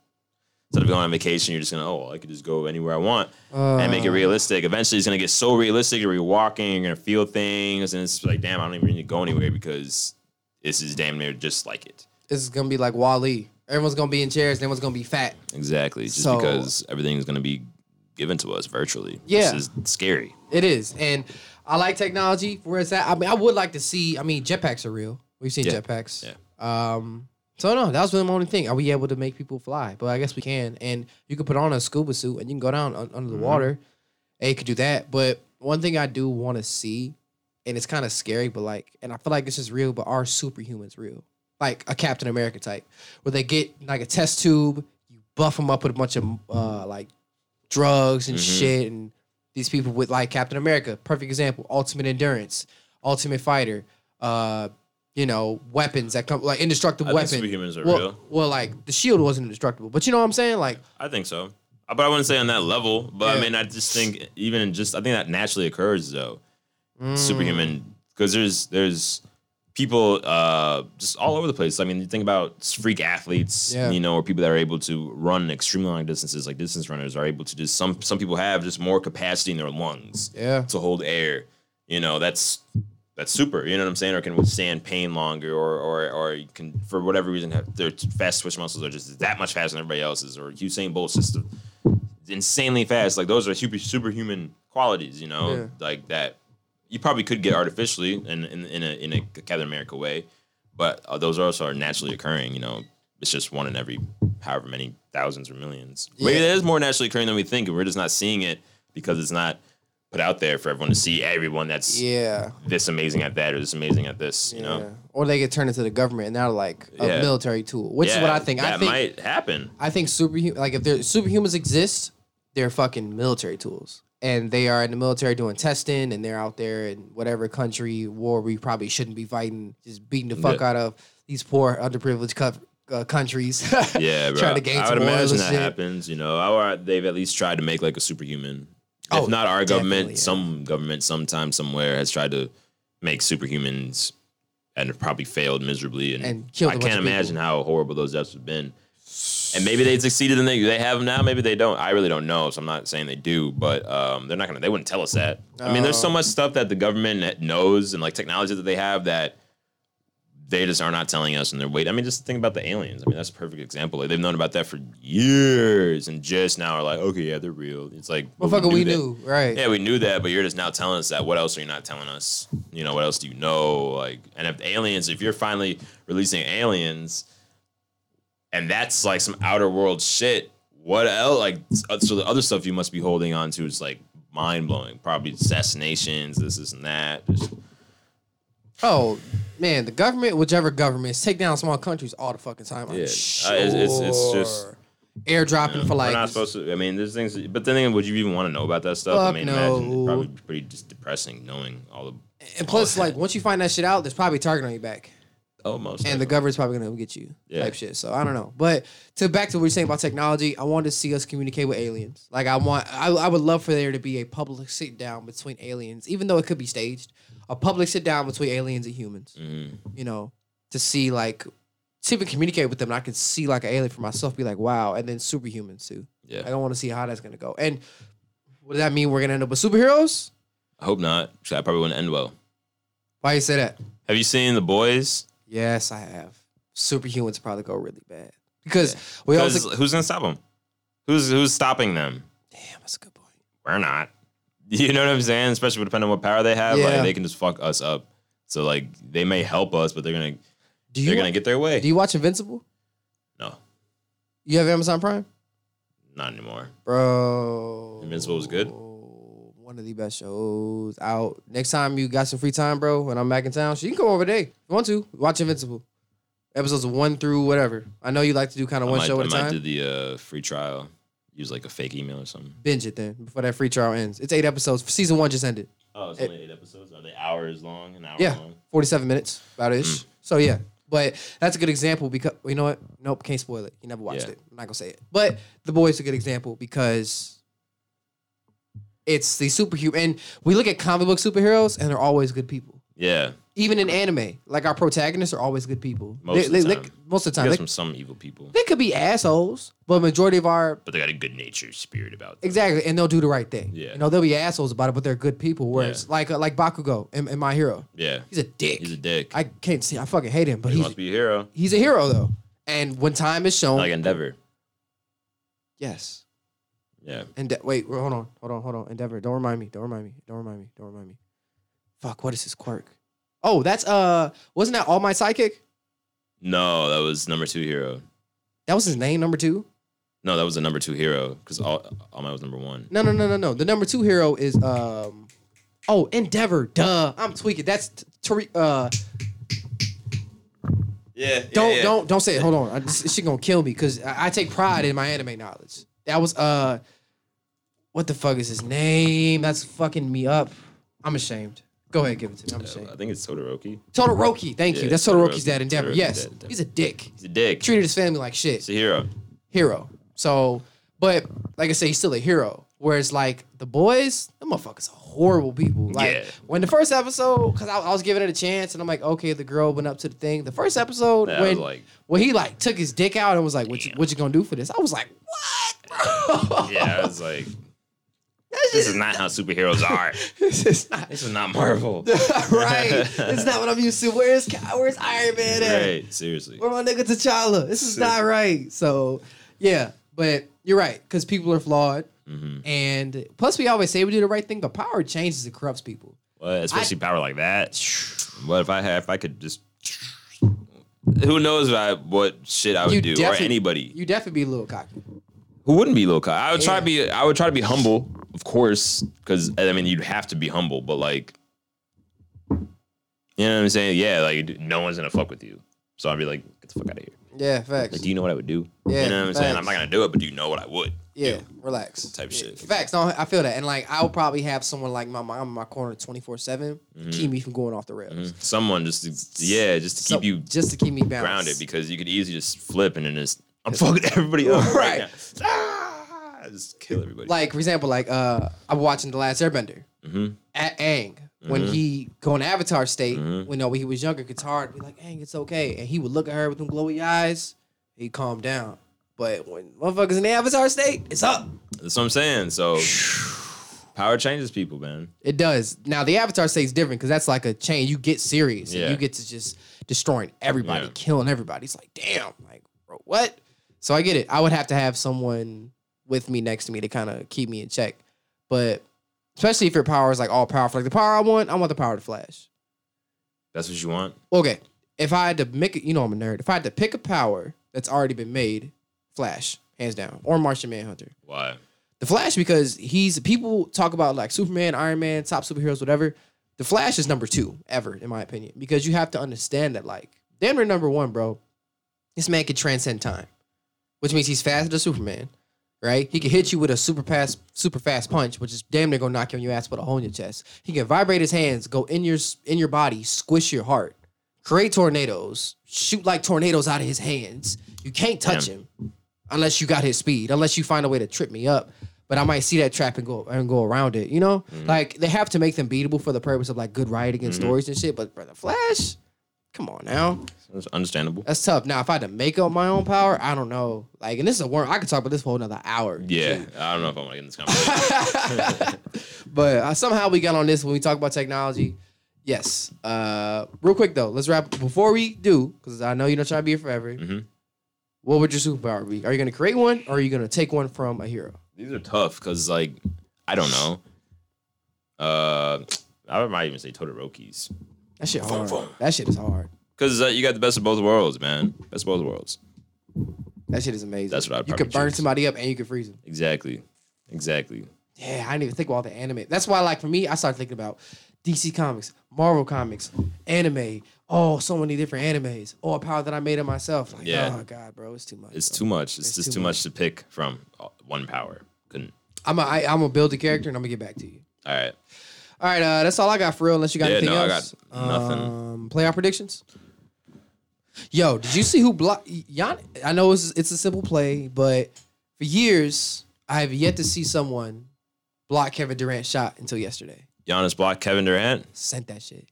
[SPEAKER 3] instead of going on vacation, you're just gonna oh, well, I could just go anywhere I want and
[SPEAKER 2] Uh.
[SPEAKER 3] make it realistic. Eventually, it's gonna get so realistic. You're walking, you're gonna feel things, and it's like damn, I don't even need to go anywhere because this is damn near just like it.
[SPEAKER 2] This is gonna be like Wally. Everyone's gonna be in chairs. and Everyone's gonna be fat.
[SPEAKER 3] Exactly, just
[SPEAKER 2] So-
[SPEAKER 3] because everything's gonna be given to us virtually.
[SPEAKER 2] Yeah.
[SPEAKER 3] this is scary.
[SPEAKER 2] It is, and I like technology for where it's at. I mean, I would like to see. I mean, jetpacks are real. We've seen
[SPEAKER 3] Yeah.
[SPEAKER 2] jetpacks. Yeah. Um. So no, that was really my only thing. Are we able to make people fly? But I guess we can. And you can put on a scuba suit and you can go down un- under the water. And you could do that. But one thing I do want to see, and it's kind of scary, but like, and I feel like this is real. But are superhumans real? Like a Captain America type, where they get like a test tube, you buff them up with a bunch of uh, like drugs and
[SPEAKER 3] Mhm.
[SPEAKER 2] shit, and these people with like Captain America, perfect example, ultimate endurance, ultimate fighter, uh, you know, weapons that come like indestructible
[SPEAKER 3] I
[SPEAKER 2] weapons.
[SPEAKER 3] think superhumans are
[SPEAKER 2] well,
[SPEAKER 3] real.
[SPEAKER 2] well, like the shield wasn't indestructible, but you know what I'm saying? Like,
[SPEAKER 3] I think so. Uh, But I wouldn't say on that level.
[SPEAKER 2] Yeah.
[SPEAKER 3] But I mean, I just think even in just I think that naturally occurs though.
[SPEAKER 2] mm,
[SPEAKER 3] Superhuman because there's there's people uh, just all over the place. I mean, you think about freak athletes,
[SPEAKER 2] Yeah.
[SPEAKER 3] you know, or people that are able to run extremely long distances, like distance runners are able to just some some people have just more capacity in their lungs
[SPEAKER 2] Yeah.
[SPEAKER 3] to hold air. You know, that's that's super. You know what I'm saying? Or can withstand pain longer, or or or you can for whatever reason have their fast twitch muscles are just that much faster than everybody else's. Or Usain Bolt's just insanely fast. Like those are super superhuman qualities. You know,
[SPEAKER 2] Yeah.
[SPEAKER 3] like that. You probably could get artificially in in, in a in a Captain America way, but uh, those also are naturally occurring. You know, it's just one in every however many thousands or millions. Maybe
[SPEAKER 2] Yeah.
[SPEAKER 3] that is more naturally occurring than we think, and we're just not seeing it because it's not put out there for everyone to see. Everyone that's
[SPEAKER 2] Yeah.
[SPEAKER 3] this amazing at that or this amazing at this, you know?
[SPEAKER 2] Or they get turned into the government and now like a
[SPEAKER 3] Yeah.
[SPEAKER 2] military tool, which is
[SPEAKER 3] Yeah,
[SPEAKER 2] what I think.
[SPEAKER 3] That
[SPEAKER 2] I think
[SPEAKER 3] might happen.
[SPEAKER 2] I think superhuman like if they're superhumans exist, they're fucking military tools. And they are in the military doing testing and they're out there in whatever country war we probably shouldn't be fighting, just beating the fuck
[SPEAKER 3] Yeah.
[SPEAKER 2] out of these poor underprivileged co- uh, countries.
[SPEAKER 3] Yeah, bro.
[SPEAKER 2] Trying to gain
[SPEAKER 3] I
[SPEAKER 2] some
[SPEAKER 3] would
[SPEAKER 2] oil and
[SPEAKER 3] imagine that
[SPEAKER 2] shit.
[SPEAKER 3] happens, you know. Or they've at least tried to make like a superhuman.
[SPEAKER 2] Oh,
[SPEAKER 3] if not our government,
[SPEAKER 2] definitely, yeah.
[SPEAKER 3] some government sometime somewhere has tried to make superhumans and have probably failed miserably. And,
[SPEAKER 2] And killed a
[SPEAKER 3] I
[SPEAKER 2] bunch
[SPEAKER 3] can't
[SPEAKER 2] of people.
[SPEAKER 3] imagine how horrible those deaths have been. And maybe they succeeded and they, they have them now. Maybe they don't. I really don't know. So I'm not saying they do, but um, they're not gonna. They wouldn't tell us that. I mean, there's so
[SPEAKER 2] Oh.
[SPEAKER 3] much stuff that the government knows and like technology that they have that they just are not telling us and they're waiting. I mean, just think about the aliens. I mean, that's a perfect example. Like, they've known about that for years and just now are like, okay, yeah, they're real. It's like, but
[SPEAKER 2] Motherfucker, we
[SPEAKER 3] that.
[SPEAKER 2] knew, right?
[SPEAKER 3] Yeah, we knew that, but you're just now telling us that. What else are you not telling us? You know, what else do you know? Like, and if aliens, if you're finally releasing aliens, and that's like some outer world shit, what else? Like, so the other stuff you must be holding on to is like mind blowing. Probably assassinations, this, this, and that. Just-
[SPEAKER 2] Oh man, the government, whichever governments, take down small countries all the fucking time. I'm
[SPEAKER 3] Yeah. Uh, it's-
[SPEAKER 2] sure.
[SPEAKER 3] it's- it's just-
[SPEAKER 2] airdropping for like
[SPEAKER 3] we're not supposed to. I mean, there's things, but then again, would you even want to know about that stuff? I
[SPEAKER 2] Fuck
[SPEAKER 3] mean,
[SPEAKER 2] no.
[SPEAKER 3] it'd probably be pretty just depressing knowing all the
[SPEAKER 2] and plus like once you find that shit out, there's probably a target on your back.
[SPEAKER 3] almost
[SPEAKER 2] and the government's probably gonna get you
[SPEAKER 3] Yeah.
[SPEAKER 2] type shit. So I don't know. But to back to what you're saying about technology, I want to see us communicate with aliens. Like I want, I, I would love for there to be a public sit down between aliens, even though it could be staged, a public sit down between aliens and humans.
[SPEAKER 3] Mhm.
[SPEAKER 2] You know, to see like, to even communicate with them, and I can see like an alien for myself, be like, wow, and then superhumans too.
[SPEAKER 3] Yeah.
[SPEAKER 2] Like, I want to see how that's gonna go. And what does that mean? We're gonna end up with superheroos?
[SPEAKER 3] I hope not. Actually, I probably wouldn't end well.
[SPEAKER 2] Why you say that?
[SPEAKER 3] Have you seen The Boys?
[SPEAKER 2] Yes, I have. Superhumans probably go really bad because
[SPEAKER 3] Yeah.
[SPEAKER 2] we
[SPEAKER 3] Because
[SPEAKER 2] also.
[SPEAKER 3] who's gonna stop them? Who's who's stopping them?
[SPEAKER 2] Damn, that's a good point.
[SPEAKER 3] We're not. You know what I'm saying? Especially depending on what power they have,
[SPEAKER 2] Yeah.
[SPEAKER 3] like they can just fuck us up. So like they may help us, but they're gonna
[SPEAKER 2] Do
[SPEAKER 3] they're
[SPEAKER 2] you
[SPEAKER 3] gonna get their way.
[SPEAKER 2] do you watch Invincible?
[SPEAKER 3] no,
[SPEAKER 2] You have Amazon Prime,
[SPEAKER 3] not anymore.
[SPEAKER 2] bro.
[SPEAKER 3] Invincible was good?
[SPEAKER 2] One of the best shows out. Next time you got some free time, bro, when I'm back in town, you can come over today. If you want to watch Invincible episodes one through whatever. I know you like to do kind of one
[SPEAKER 3] I might,
[SPEAKER 2] show
[SPEAKER 3] I
[SPEAKER 2] at a
[SPEAKER 3] might
[SPEAKER 2] time.
[SPEAKER 3] do the uh, free trial. Use like a fake email or something.
[SPEAKER 2] Binge it then before that free trial ends. It's eight episodes. Season one just ended.
[SPEAKER 3] Oh, it's
[SPEAKER 2] It-
[SPEAKER 3] only eight episodes. Are they hours long? An hour
[SPEAKER 2] Yeah.
[SPEAKER 3] long?
[SPEAKER 2] 47 minutes, about
[SPEAKER 3] Mm.
[SPEAKER 2] ish. So yeah. But that's a good example because you know what? Nope, can't spoil it. You never watched
[SPEAKER 3] Yeah.
[SPEAKER 2] it. I'm not gonna say it. But the boy's a good example because it's the superhuman and we look at comic book superheroes and they're always good people.
[SPEAKER 3] Yeah.
[SPEAKER 2] Even in anime, like our protagonists are always good people.
[SPEAKER 3] Most of the
[SPEAKER 2] they-
[SPEAKER 3] time.
[SPEAKER 2] most of the time.
[SPEAKER 3] You got
[SPEAKER 2] They,
[SPEAKER 3] some, some evil people,
[SPEAKER 2] they could be assholes, but majority of our
[SPEAKER 3] but they got a good nature spirit about them.
[SPEAKER 2] Exactly, and they'll do the right thing.
[SPEAKER 3] Yeah.
[SPEAKER 2] You know, they'll be assholes about it, but they're good people. Whereas, like, uh, like Bakugo and, My Hero,
[SPEAKER 3] Yeah.
[SPEAKER 2] he's a dick.
[SPEAKER 3] He's a dick.
[SPEAKER 2] I can't see. I fucking hate him, but
[SPEAKER 3] he
[SPEAKER 2] he's
[SPEAKER 3] wants to be a hero.
[SPEAKER 2] he's a hero though. And when time is shown,
[SPEAKER 3] Like Endeavor.
[SPEAKER 2] yes.
[SPEAKER 3] Yeah.
[SPEAKER 2] And de- wait, hold on, hold on, hold on. Endeavor, don't remind me. Don't remind me. Don't remind me. Don't remind me. Fuck, what is his quirk? Oh, that's uh, wasn't that all my sidekick?
[SPEAKER 3] No, that was number two hero.
[SPEAKER 2] That was his name, number two.
[SPEAKER 3] No, that was the number two hero because all all Might was number one.
[SPEAKER 2] No, no, no, no, no. The number two hero is um, oh Endeavor. Duh, I'm tweaking. That's Tariq. Uh,
[SPEAKER 3] Yeah.
[SPEAKER 2] don't don't don't say it. Hold on, I, this- she gonna kill me because I, I take pride in my anime knowledge. That was uh, what the fuck is his name? That's fucking me up. I'm ashamed. Go ahead, give it to me. I'm
[SPEAKER 3] I
[SPEAKER 2] ashamed.
[SPEAKER 3] think it's Todoroki.
[SPEAKER 2] Todoroki, thank you.
[SPEAKER 3] Yeah,
[SPEAKER 2] That's Todoroki's
[SPEAKER 3] Todoroki,
[SPEAKER 2] dad, Endeavor.
[SPEAKER 3] Todoroki's
[SPEAKER 2] yes,
[SPEAKER 3] dad, Endeavor.
[SPEAKER 2] he's a dick.
[SPEAKER 3] He's a dick.
[SPEAKER 2] Treated his family like shit.
[SPEAKER 3] He's a hero.
[SPEAKER 2] Hero. So, but like I say, he's still a hero. Whereas like the boys, the them motherfuckers are horrible people. Like
[SPEAKER 3] Yeah.
[SPEAKER 2] when the first episode, because I, I was giving it a chance, and I'm like, okay, the girl went up to the thing. The first episode
[SPEAKER 3] That was
[SPEAKER 2] when
[SPEAKER 3] like-
[SPEAKER 2] when he like took his dick out and was like, what you,
[SPEAKER 3] Damn.
[SPEAKER 2] what you gonna do for this? I was like, what? bro?
[SPEAKER 3] Yeah, I was like,
[SPEAKER 2] That's
[SPEAKER 3] this
[SPEAKER 2] just-
[SPEAKER 3] is not how superheroes are.
[SPEAKER 2] this is not
[SPEAKER 3] This is not Marvel.
[SPEAKER 2] right. It's not what I'm used to. Where's Ka- where's Iron Man at?
[SPEAKER 3] Right, seriously.
[SPEAKER 2] Where my nigga T'Challa? This is not right. So yeah, but you're right because people are flawed,
[SPEAKER 3] hmm
[SPEAKER 2] and plus we always say we do the right thing, but power changes and corrupts people.
[SPEAKER 3] Well, especially power like that. What if I had? If I could just. Who knows what, I, what shit I would
[SPEAKER 2] You
[SPEAKER 3] do, or
[SPEAKER 2] definitely-
[SPEAKER 3] anybody.
[SPEAKER 2] You definitely be a little cocky.
[SPEAKER 3] Who wouldn't be low I would try
[SPEAKER 2] Yeah.
[SPEAKER 3] to be. I would try to be humble, of course, because I mean you'd have to be humble. But like, you know what I'm saying? Yeah, like no one's gonna fuck with you. So I'd be like, get the fuck out of here.
[SPEAKER 2] Yeah,
[SPEAKER 3] Like,
[SPEAKER 2] facts.
[SPEAKER 3] do you know what I would do?
[SPEAKER 2] Yeah,
[SPEAKER 3] you know what I'm saying?
[SPEAKER 2] facts.
[SPEAKER 3] I'm not gonna do it, but do you know what I would?
[SPEAKER 2] yeah,
[SPEAKER 3] do?
[SPEAKER 2] relax.
[SPEAKER 3] Type
[SPEAKER 2] Yeah,
[SPEAKER 3] shit.
[SPEAKER 2] Facts. No, I feel that, and like I'll probably have someone like my mom in my corner 24 seven to
[SPEAKER 3] Mhm.
[SPEAKER 2] keep me from going off the rails.
[SPEAKER 3] Mhm. Someone just, to, yeah, just to
[SPEAKER 2] So-
[SPEAKER 3] keep you
[SPEAKER 2] just to keep me balanced.
[SPEAKER 3] grounded because you could easily just flip and then just I'm fucking everybody up
[SPEAKER 2] Right.
[SPEAKER 3] right. now. Ah, just kill everybody.
[SPEAKER 2] like for example, like uh, I'm watching The Last Airbender.
[SPEAKER 3] Mhm.
[SPEAKER 2] at Aang when
[SPEAKER 3] Mhm.
[SPEAKER 2] he going to Avatar state,
[SPEAKER 3] Mhm.
[SPEAKER 2] when, you know, when he was younger, Katara would be like, Aang, it's okay. And he would look at her with them glowy eyes, he'd calm down. But when motherfuckers in the Avatar state, it's up.
[SPEAKER 3] That's what I'm saying. So Oh. power changes people, man.
[SPEAKER 2] It does. Now the Avatar state's different because that's like a chain. You get serious
[SPEAKER 3] Yeah.
[SPEAKER 2] and you get to just destroying everybody,
[SPEAKER 3] Yeah.
[SPEAKER 2] killing everybody. It's like, damn, like, bro, what? So I get it. I would have to have someone with me next to me to kind of keep me in check. But especially if your power is like all powerful. Like the power I want, I want the power to flash.
[SPEAKER 3] That's what you want.
[SPEAKER 2] okay, if I had to make it, you know I'm a nerd. If I had to pick a power that's already been made, Flash, hands down, or Martian Manhunter.
[SPEAKER 3] Why?
[SPEAKER 2] The Flash because he's people talk about like Superman, Iron Man, top superheroes, whatever. The Flash is number two ever, in my opinion, because you have to understand that like damn near number one, bro. This man can transcend time, which means he's faster than Superman, right? He can hit you with a super fast, super fast punch, which is damn near gonna knock you on your ass with a hole in your chest. He can vibrate his hands, go in your in your body, squish your heart, create tornadoes, shoot like tornadoes out of his hands. You can't touch
[SPEAKER 3] Damn.
[SPEAKER 2] him unless you got his speed, unless you find a way to trip me up. But I might see that trap and go and go around it. You know, like they have to make them beatable for the purpose of like good writing and stories and shit. But brother, Flash, come on now.
[SPEAKER 3] That's understandable.
[SPEAKER 2] That's tough. Now, if I had to make up my own power, I don't know. Like, and this is a worm. I could talk about this for another hour.
[SPEAKER 3] Yeah, I don't know if I'm gonna get in this conversation.
[SPEAKER 2] but uh, somehow we got on this when we talk about technology. Yes. Uh, real quick though, let's wrap. Before we do, because I know you're not trying to be here forever.
[SPEAKER 3] Mhm.
[SPEAKER 2] What would your superpower be? Are you gonna create one, or are you gonna take one from a hero?
[SPEAKER 3] These are tough because, like, I don't know. Uh, I might even say Todoroki's
[SPEAKER 2] That shit
[SPEAKER 3] Vroom,
[SPEAKER 2] hard.
[SPEAKER 3] vroom.
[SPEAKER 2] That shit is hard.
[SPEAKER 3] because uh, you got the best of both worlds, man. Best of both worlds.
[SPEAKER 2] That shit is amazing.
[SPEAKER 3] That's what I'd
[SPEAKER 2] You could
[SPEAKER 3] probably
[SPEAKER 2] burn
[SPEAKER 3] choose.
[SPEAKER 2] somebody up and you could freeze them.
[SPEAKER 3] Exactly. Exactly.
[SPEAKER 2] Yeah, I didn't even think about all the anime. That's why, like for me, I started thinking about DC Comics, Marvel Comics, anime. Oh, so many different animes. Oh, a power that I made it myself. Like,
[SPEAKER 3] Yeah.
[SPEAKER 2] oh god, bro, it's too much.
[SPEAKER 3] It's
[SPEAKER 2] bro.
[SPEAKER 3] too much. It's,
[SPEAKER 2] It's
[SPEAKER 3] just
[SPEAKER 2] too
[SPEAKER 3] too much. to pick from uh, one power. Couldn't.
[SPEAKER 2] I'm a, I, I'm gonna build a character and I'm gonna get back to you.
[SPEAKER 3] All right.
[SPEAKER 2] All right, uh, that's all I got for real. Unless you got
[SPEAKER 3] Yeah,
[SPEAKER 2] anything
[SPEAKER 3] no, I
[SPEAKER 2] else.
[SPEAKER 3] got nothing.
[SPEAKER 2] Um, playoff predictions. Yo, did you see who blocked Gian? I know it's it's a simple play, but for years I have yet to see someone block Kevin Durant's shot until yesterday.
[SPEAKER 3] Giannis blocked Kevin Durant. Ah,
[SPEAKER 2] Sent that shit.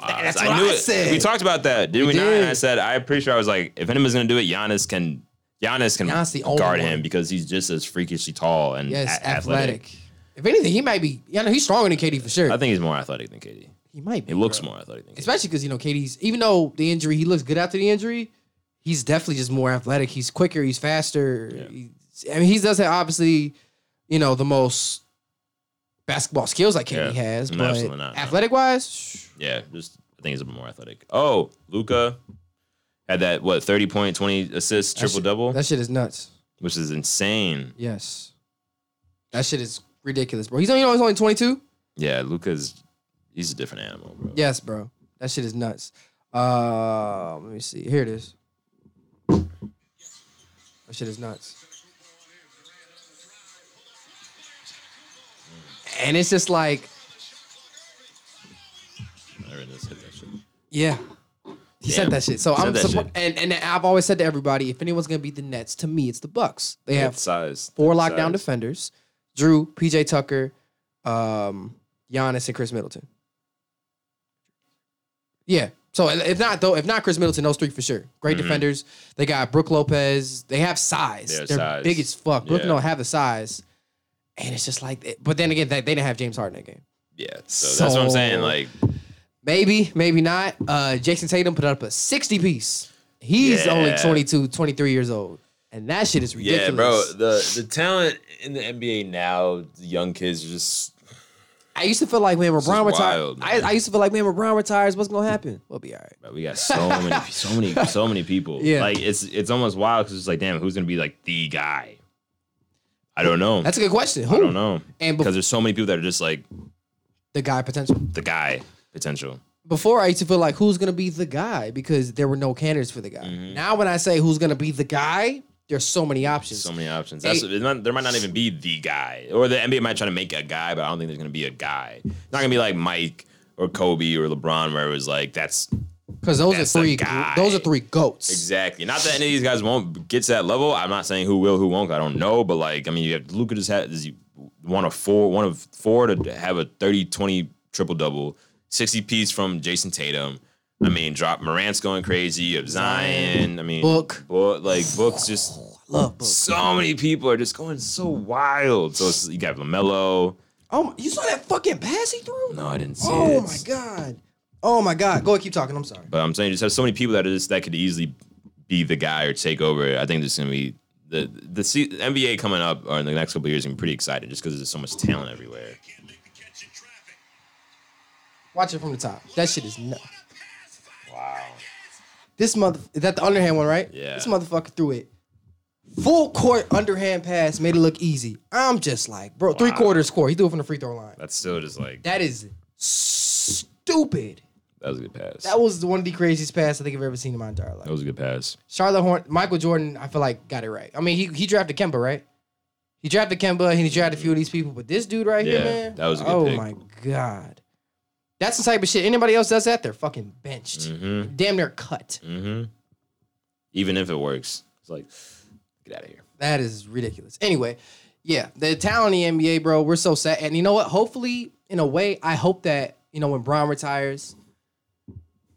[SPEAKER 3] Wow,
[SPEAKER 2] That's what I said.
[SPEAKER 3] We talked about that, didn't
[SPEAKER 2] We
[SPEAKER 3] we? not? And
[SPEAKER 2] did.
[SPEAKER 3] I said I'm pretty sure I was like, if anyone's gonna do it, Giannis can. Giannis can
[SPEAKER 2] Giannis the only
[SPEAKER 3] guard
[SPEAKER 2] one.
[SPEAKER 3] him because he's just as freakishly tall and
[SPEAKER 2] Yes,
[SPEAKER 3] Mm, a-
[SPEAKER 2] athletic.
[SPEAKER 3] athletic.
[SPEAKER 2] If anything, he might be. Yeah, no, he's stronger than KD for sure.
[SPEAKER 3] I think he's more athletic than KD.
[SPEAKER 2] he might be.
[SPEAKER 3] He looks
[SPEAKER 2] bro.
[SPEAKER 3] more athletic than KD.
[SPEAKER 2] especially because you know KD's even though the injury he looks good after the injury, he's definitely just more athletic. He's quicker. He's faster.
[SPEAKER 3] Yeah.
[SPEAKER 2] He's, I mean, he does have obviously, you know, the most basketball skills like KD
[SPEAKER 3] Yeah.
[SPEAKER 2] has,
[SPEAKER 3] No,
[SPEAKER 2] but
[SPEAKER 3] absolutely not, no.
[SPEAKER 2] athletic wise,
[SPEAKER 3] Yeah, just I think he's a bit more athletic. Oh, Luca had that what thirty point, twenty assists,
[SPEAKER 2] That shit-
[SPEAKER 3] triple double,
[SPEAKER 2] that shit is nuts.
[SPEAKER 3] which is insane.
[SPEAKER 2] Yes, that shit is ridiculous, bro. He's only you know he's only twenty two.
[SPEAKER 3] Yeah, Luca's he's a different animal, bro.
[SPEAKER 2] Yes, bro. That shit is nuts. Uh, let me see. Here it is. That shit is nuts. And it's just like,
[SPEAKER 3] I really just hit that shit.
[SPEAKER 2] yeah. He said
[SPEAKER 3] Damn.
[SPEAKER 2] that shit. So
[SPEAKER 3] He
[SPEAKER 2] I'm
[SPEAKER 3] said that
[SPEAKER 2] suppo-
[SPEAKER 3] shit.
[SPEAKER 2] and and I've always said to everybody, if anyone's gonna beat the Nets, to me it's the Bucks. They
[SPEAKER 3] Good
[SPEAKER 2] have
[SPEAKER 3] size.
[SPEAKER 2] four
[SPEAKER 3] Good
[SPEAKER 2] lockdown
[SPEAKER 3] size.
[SPEAKER 2] defenders: Drew, PJ Tucker, um, Giannis and Chris Middleton. Yeah. So if not though, if not Chris Middleton, those three for sure. Great
[SPEAKER 3] Mhm.
[SPEAKER 2] defenders. They got Brooke Lopez. They have size.
[SPEAKER 3] They
[SPEAKER 2] They're
[SPEAKER 3] have size.
[SPEAKER 2] big as fuck. Brooklyn
[SPEAKER 3] Yeah.
[SPEAKER 2] don't have the size, and it's just like. But then again, they, they didn't have James Harden in that game.
[SPEAKER 3] Yeah. So, that's what I'm saying.
[SPEAKER 2] So-
[SPEAKER 3] Like,
[SPEAKER 2] Maybe, maybe not. Uh, Jason Tatum put up a 60 piece. He's only
[SPEAKER 3] Yeah.
[SPEAKER 2] 22, 23 years old. And that shit is ridiculous.
[SPEAKER 3] yeah, bro. The the talent in the NBA now, the young kids are just
[SPEAKER 2] I used to feel like when
[SPEAKER 3] is
[SPEAKER 2] LeBron retires,
[SPEAKER 3] wild,
[SPEAKER 2] I,
[SPEAKER 3] man.
[SPEAKER 2] I used to feel like when LeBron retires, what's gonna happen? We'll be all right.
[SPEAKER 3] Bro, we got so many, so many, so many people.
[SPEAKER 2] Yeah.
[SPEAKER 3] like it's it's almost wild because it's like, damn, who's gonna be like the guy? I don't know.
[SPEAKER 2] That's a good question. Who?
[SPEAKER 3] I don't know
[SPEAKER 2] And bef-
[SPEAKER 3] because there's so many people that are just like
[SPEAKER 2] the guy potential.
[SPEAKER 3] the guy potential.
[SPEAKER 2] Before I used to feel like who's gonna be the guy because there were no candidates for the guy.
[SPEAKER 3] Mhm.
[SPEAKER 2] Now when I say who's gonna be the guy, there's so many options.
[SPEAKER 3] So many options. That's,
[SPEAKER 2] Hey.
[SPEAKER 3] it's not, there might not even be the guy, or the NBA might try to make a guy, but I don't think there's gonna be a guy. It's not gonna be like Mike or Kobe or LeBron, where it was like that's
[SPEAKER 2] Because those
[SPEAKER 3] That's
[SPEAKER 2] are
[SPEAKER 3] the
[SPEAKER 2] three
[SPEAKER 3] guy.
[SPEAKER 2] those are three goats.
[SPEAKER 3] Exactly. Not that any of these guys won't get to that level. I'm not saying who will, who won't. 'cause I don't know, but like, I mean, you have Luca just had is he one of four, one of four to have a 30, 20 triple double, 60 piece from Jason Tatum. I mean, drop Morant's going crazy. You have Zion. I mean,
[SPEAKER 2] Book.
[SPEAKER 3] Book- like books. Just
[SPEAKER 2] Love book.
[SPEAKER 3] so many people are just going so wild. So it's, you got Lamelo.
[SPEAKER 2] Oh my, you saw that fucking pass he threw?
[SPEAKER 3] No, I didn't see it.
[SPEAKER 2] Oh my god. Oh my god. Go ahead, keep talking. I'm sorry.
[SPEAKER 3] But I'm saying you just have so many people that are just that could easily be the guy or take over. I think there's gonna be the the, C, the NBA coming up or in the next couple of years. I'm pretty excited just because there's so much talent everywhere.
[SPEAKER 2] Watch it from the top. That shit is nuts.
[SPEAKER 3] Wow.
[SPEAKER 2] This month is that the underhand one, right?
[SPEAKER 3] Yeah.
[SPEAKER 2] This motherfucker threw it. Full court underhand pass made it look easy. I'm just like, bro, three
[SPEAKER 3] Wow.
[SPEAKER 2] quarters score. He threw it from the free throw line.
[SPEAKER 3] That's still just like
[SPEAKER 2] That is stupid.
[SPEAKER 3] that was a good pass.
[SPEAKER 2] That was one of the craziest passes I think I've ever seen in my entire life.
[SPEAKER 3] That was a good pass.
[SPEAKER 2] Charlotte Horn, Michael Jordan, I feel like got it right. I mean, he he drafted Kemba, right? He drafted Kemba and he drafted a few of these people, but this dude right here,
[SPEAKER 3] Yeah,
[SPEAKER 2] man,
[SPEAKER 3] that was a good
[SPEAKER 2] oh
[SPEAKER 3] pick.
[SPEAKER 2] my god, that's the type of shit. Anybody else does that, they're fucking benched,
[SPEAKER 3] Mm-hmm.
[SPEAKER 2] damn near cut.
[SPEAKER 3] Mm-hmm. Even if it works, it's like get out of here.
[SPEAKER 2] That is ridiculous. Anyway, yeah, the talent in the NBA, bro, we're so sad. And you know what? Hopefully, in a way, I hope that you know when Braun retires,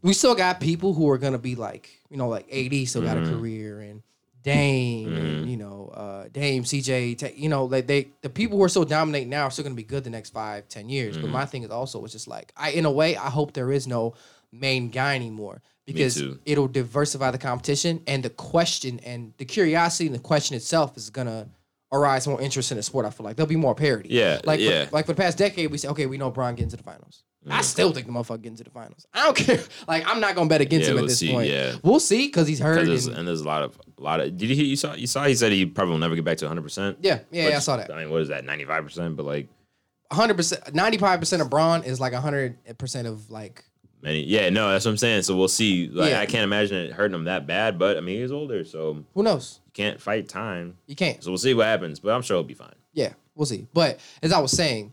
[SPEAKER 2] we still got people who are gonna be like, you know, like AD still got a
[SPEAKER 3] Mhm.
[SPEAKER 2] career and Dame, and,
[SPEAKER 3] Mhm.
[SPEAKER 2] you know, uh, Dame, CJ, Ta- you know, like they the people who are so dominant now are still gonna be good the next five, ten years. But
[SPEAKER 3] Mhm.
[SPEAKER 2] my thing is also it's just like I, in a way, I hope there is no main guy anymore because
[SPEAKER 3] too.
[SPEAKER 2] it'll diversify the competition and the question and the curiosity and the question itself is gonna arise more interest in the sport. I feel like there'll be more parity.
[SPEAKER 3] Yeah,
[SPEAKER 2] like
[SPEAKER 3] yeah.
[SPEAKER 2] For, like for the past decade, we say okay, we know Bron getting to the finals. I
[SPEAKER 3] Mhm.
[SPEAKER 2] still think the motherfucker getting to the finals. I don't care. Like I'm not gonna bet against
[SPEAKER 3] Yeah,
[SPEAKER 2] him at
[SPEAKER 3] we'll
[SPEAKER 2] this
[SPEAKER 3] see,
[SPEAKER 2] point.
[SPEAKER 3] yeah.
[SPEAKER 2] We'll see because he's
[SPEAKER 3] 'Cause
[SPEAKER 2] hurt.
[SPEAKER 3] there's-
[SPEAKER 2] and-
[SPEAKER 3] and there's a lot of a lot of did you hear you saw you saw he said he probably will never get back to 100. percent
[SPEAKER 2] yeah, yeah, yeah, I saw that.
[SPEAKER 3] I mean, what is that 95 percent? But like
[SPEAKER 2] 100, percent 95 percent of Braun is like 100 percent of like
[SPEAKER 3] Many, yeah, no, that's what I'm saying. So we'll see. Like,
[SPEAKER 2] Yeah.
[SPEAKER 3] I can't imagine it hurting him that bad, but I mean, he's older, so you
[SPEAKER 2] who knows?
[SPEAKER 3] can't fight time.
[SPEAKER 2] You can't.
[SPEAKER 3] So we'll see what happens, but I'm sure he'll be fine.
[SPEAKER 2] yeah, we'll see. But as I was saying,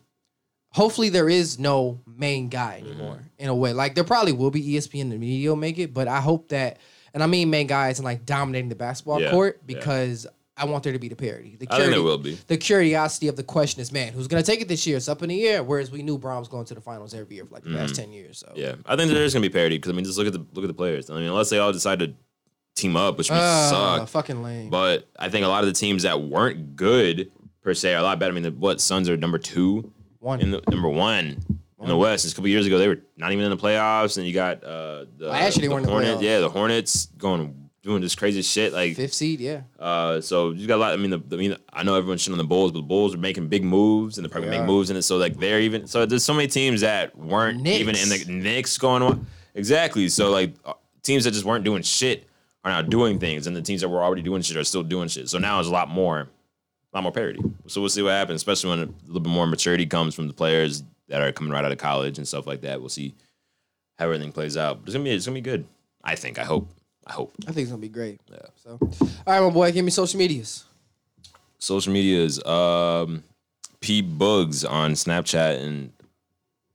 [SPEAKER 2] hopefully there is no main guy
[SPEAKER 3] Mm-hmm.
[SPEAKER 2] anymore in a way. Like there probably will be E ESPN and the media will make it, but I hope that, and I mean main guys and like dominating the basketball
[SPEAKER 3] Yeah,
[SPEAKER 2] court
[SPEAKER 3] yeah.
[SPEAKER 2] because I want there to be the parity. The
[SPEAKER 3] I think there
[SPEAKER 2] curity-
[SPEAKER 3] will be.
[SPEAKER 2] The curiosity of the question is, man, who's gonna take it this year? It's up in the air. Whereas we knew Brom's going to the finals every year for like the past ten years. So
[SPEAKER 3] Mm-hmm. Yeah, I think there's gonna be parity because I mean, just look at the look at the players. I mean, unless they all decide to team up, which would
[SPEAKER 2] Ah,
[SPEAKER 3] suck.
[SPEAKER 2] fucking lame.
[SPEAKER 3] But I think a lot of the teams that weren't good per se are a lot better. I mean, the, what Suns are number two
[SPEAKER 2] One
[SPEAKER 3] in the number one. In the West, just a couple years ago, they were not even in the playoffs, and you got uh, the,
[SPEAKER 2] Last year they
[SPEAKER 3] the
[SPEAKER 2] weren't in the
[SPEAKER 3] Hornets.
[SPEAKER 2] playoffs.
[SPEAKER 3] yeah, the Hornets going doing this crazy shit. Like
[SPEAKER 2] fifth seed, yeah.
[SPEAKER 3] Uh, so you got a lot. I mean, the, I mean, I know everyone's shitting on the Bulls, but the Bulls are making big moves, and they're probably
[SPEAKER 2] They
[SPEAKER 3] making
[SPEAKER 2] are.
[SPEAKER 3] moves in it. So like they're even. So there's so many teams that weren't even in
[SPEAKER 2] Knicks.
[SPEAKER 3] the Knicks going on. Exactly. So like uh, teams that just weren't doing shit are now doing things, and the teams that were already doing shit are still doing shit. So now it's a lot more, a lot more parity. So we'll see what happens, especially when a little bit more maturity comes from the players that are coming right out of college and stuff like that. We'll see how everything plays out. But it's gonna be, it's gonna be good. I think. I hope. I hope.
[SPEAKER 2] I think it's gonna be great.
[SPEAKER 3] Yeah.
[SPEAKER 2] So, all right, my boy, give me social medias.
[SPEAKER 3] social medias um p bugs on snapchat and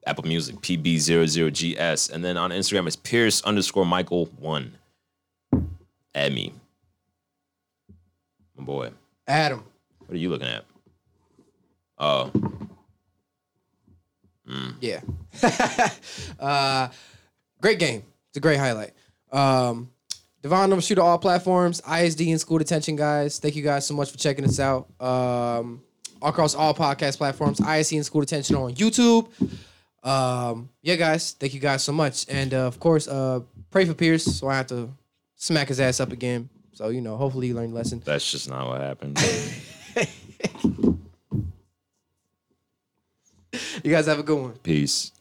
[SPEAKER 3] apple music pb00gs and then on instagram it's pierce underscore michael one add me my boy
[SPEAKER 2] Adam,
[SPEAKER 3] what are you looking at oh Mm.
[SPEAKER 2] Yeah. uh, great game. It's a great highlight. Um, Devon number shooter all platforms, ISD and school detention guys. Thank you guys so much for checking us out. Um, across all podcast platforms, ISD and school detention on YouTube. Um, yeah, guys, thank you guys so much. And uh, of course, uh, pray for Pierce, so I have to smack his ass up again. So, you know, hopefully he learned a lesson.
[SPEAKER 3] That's just not what happened.
[SPEAKER 2] You guys have a good one.
[SPEAKER 3] Peace.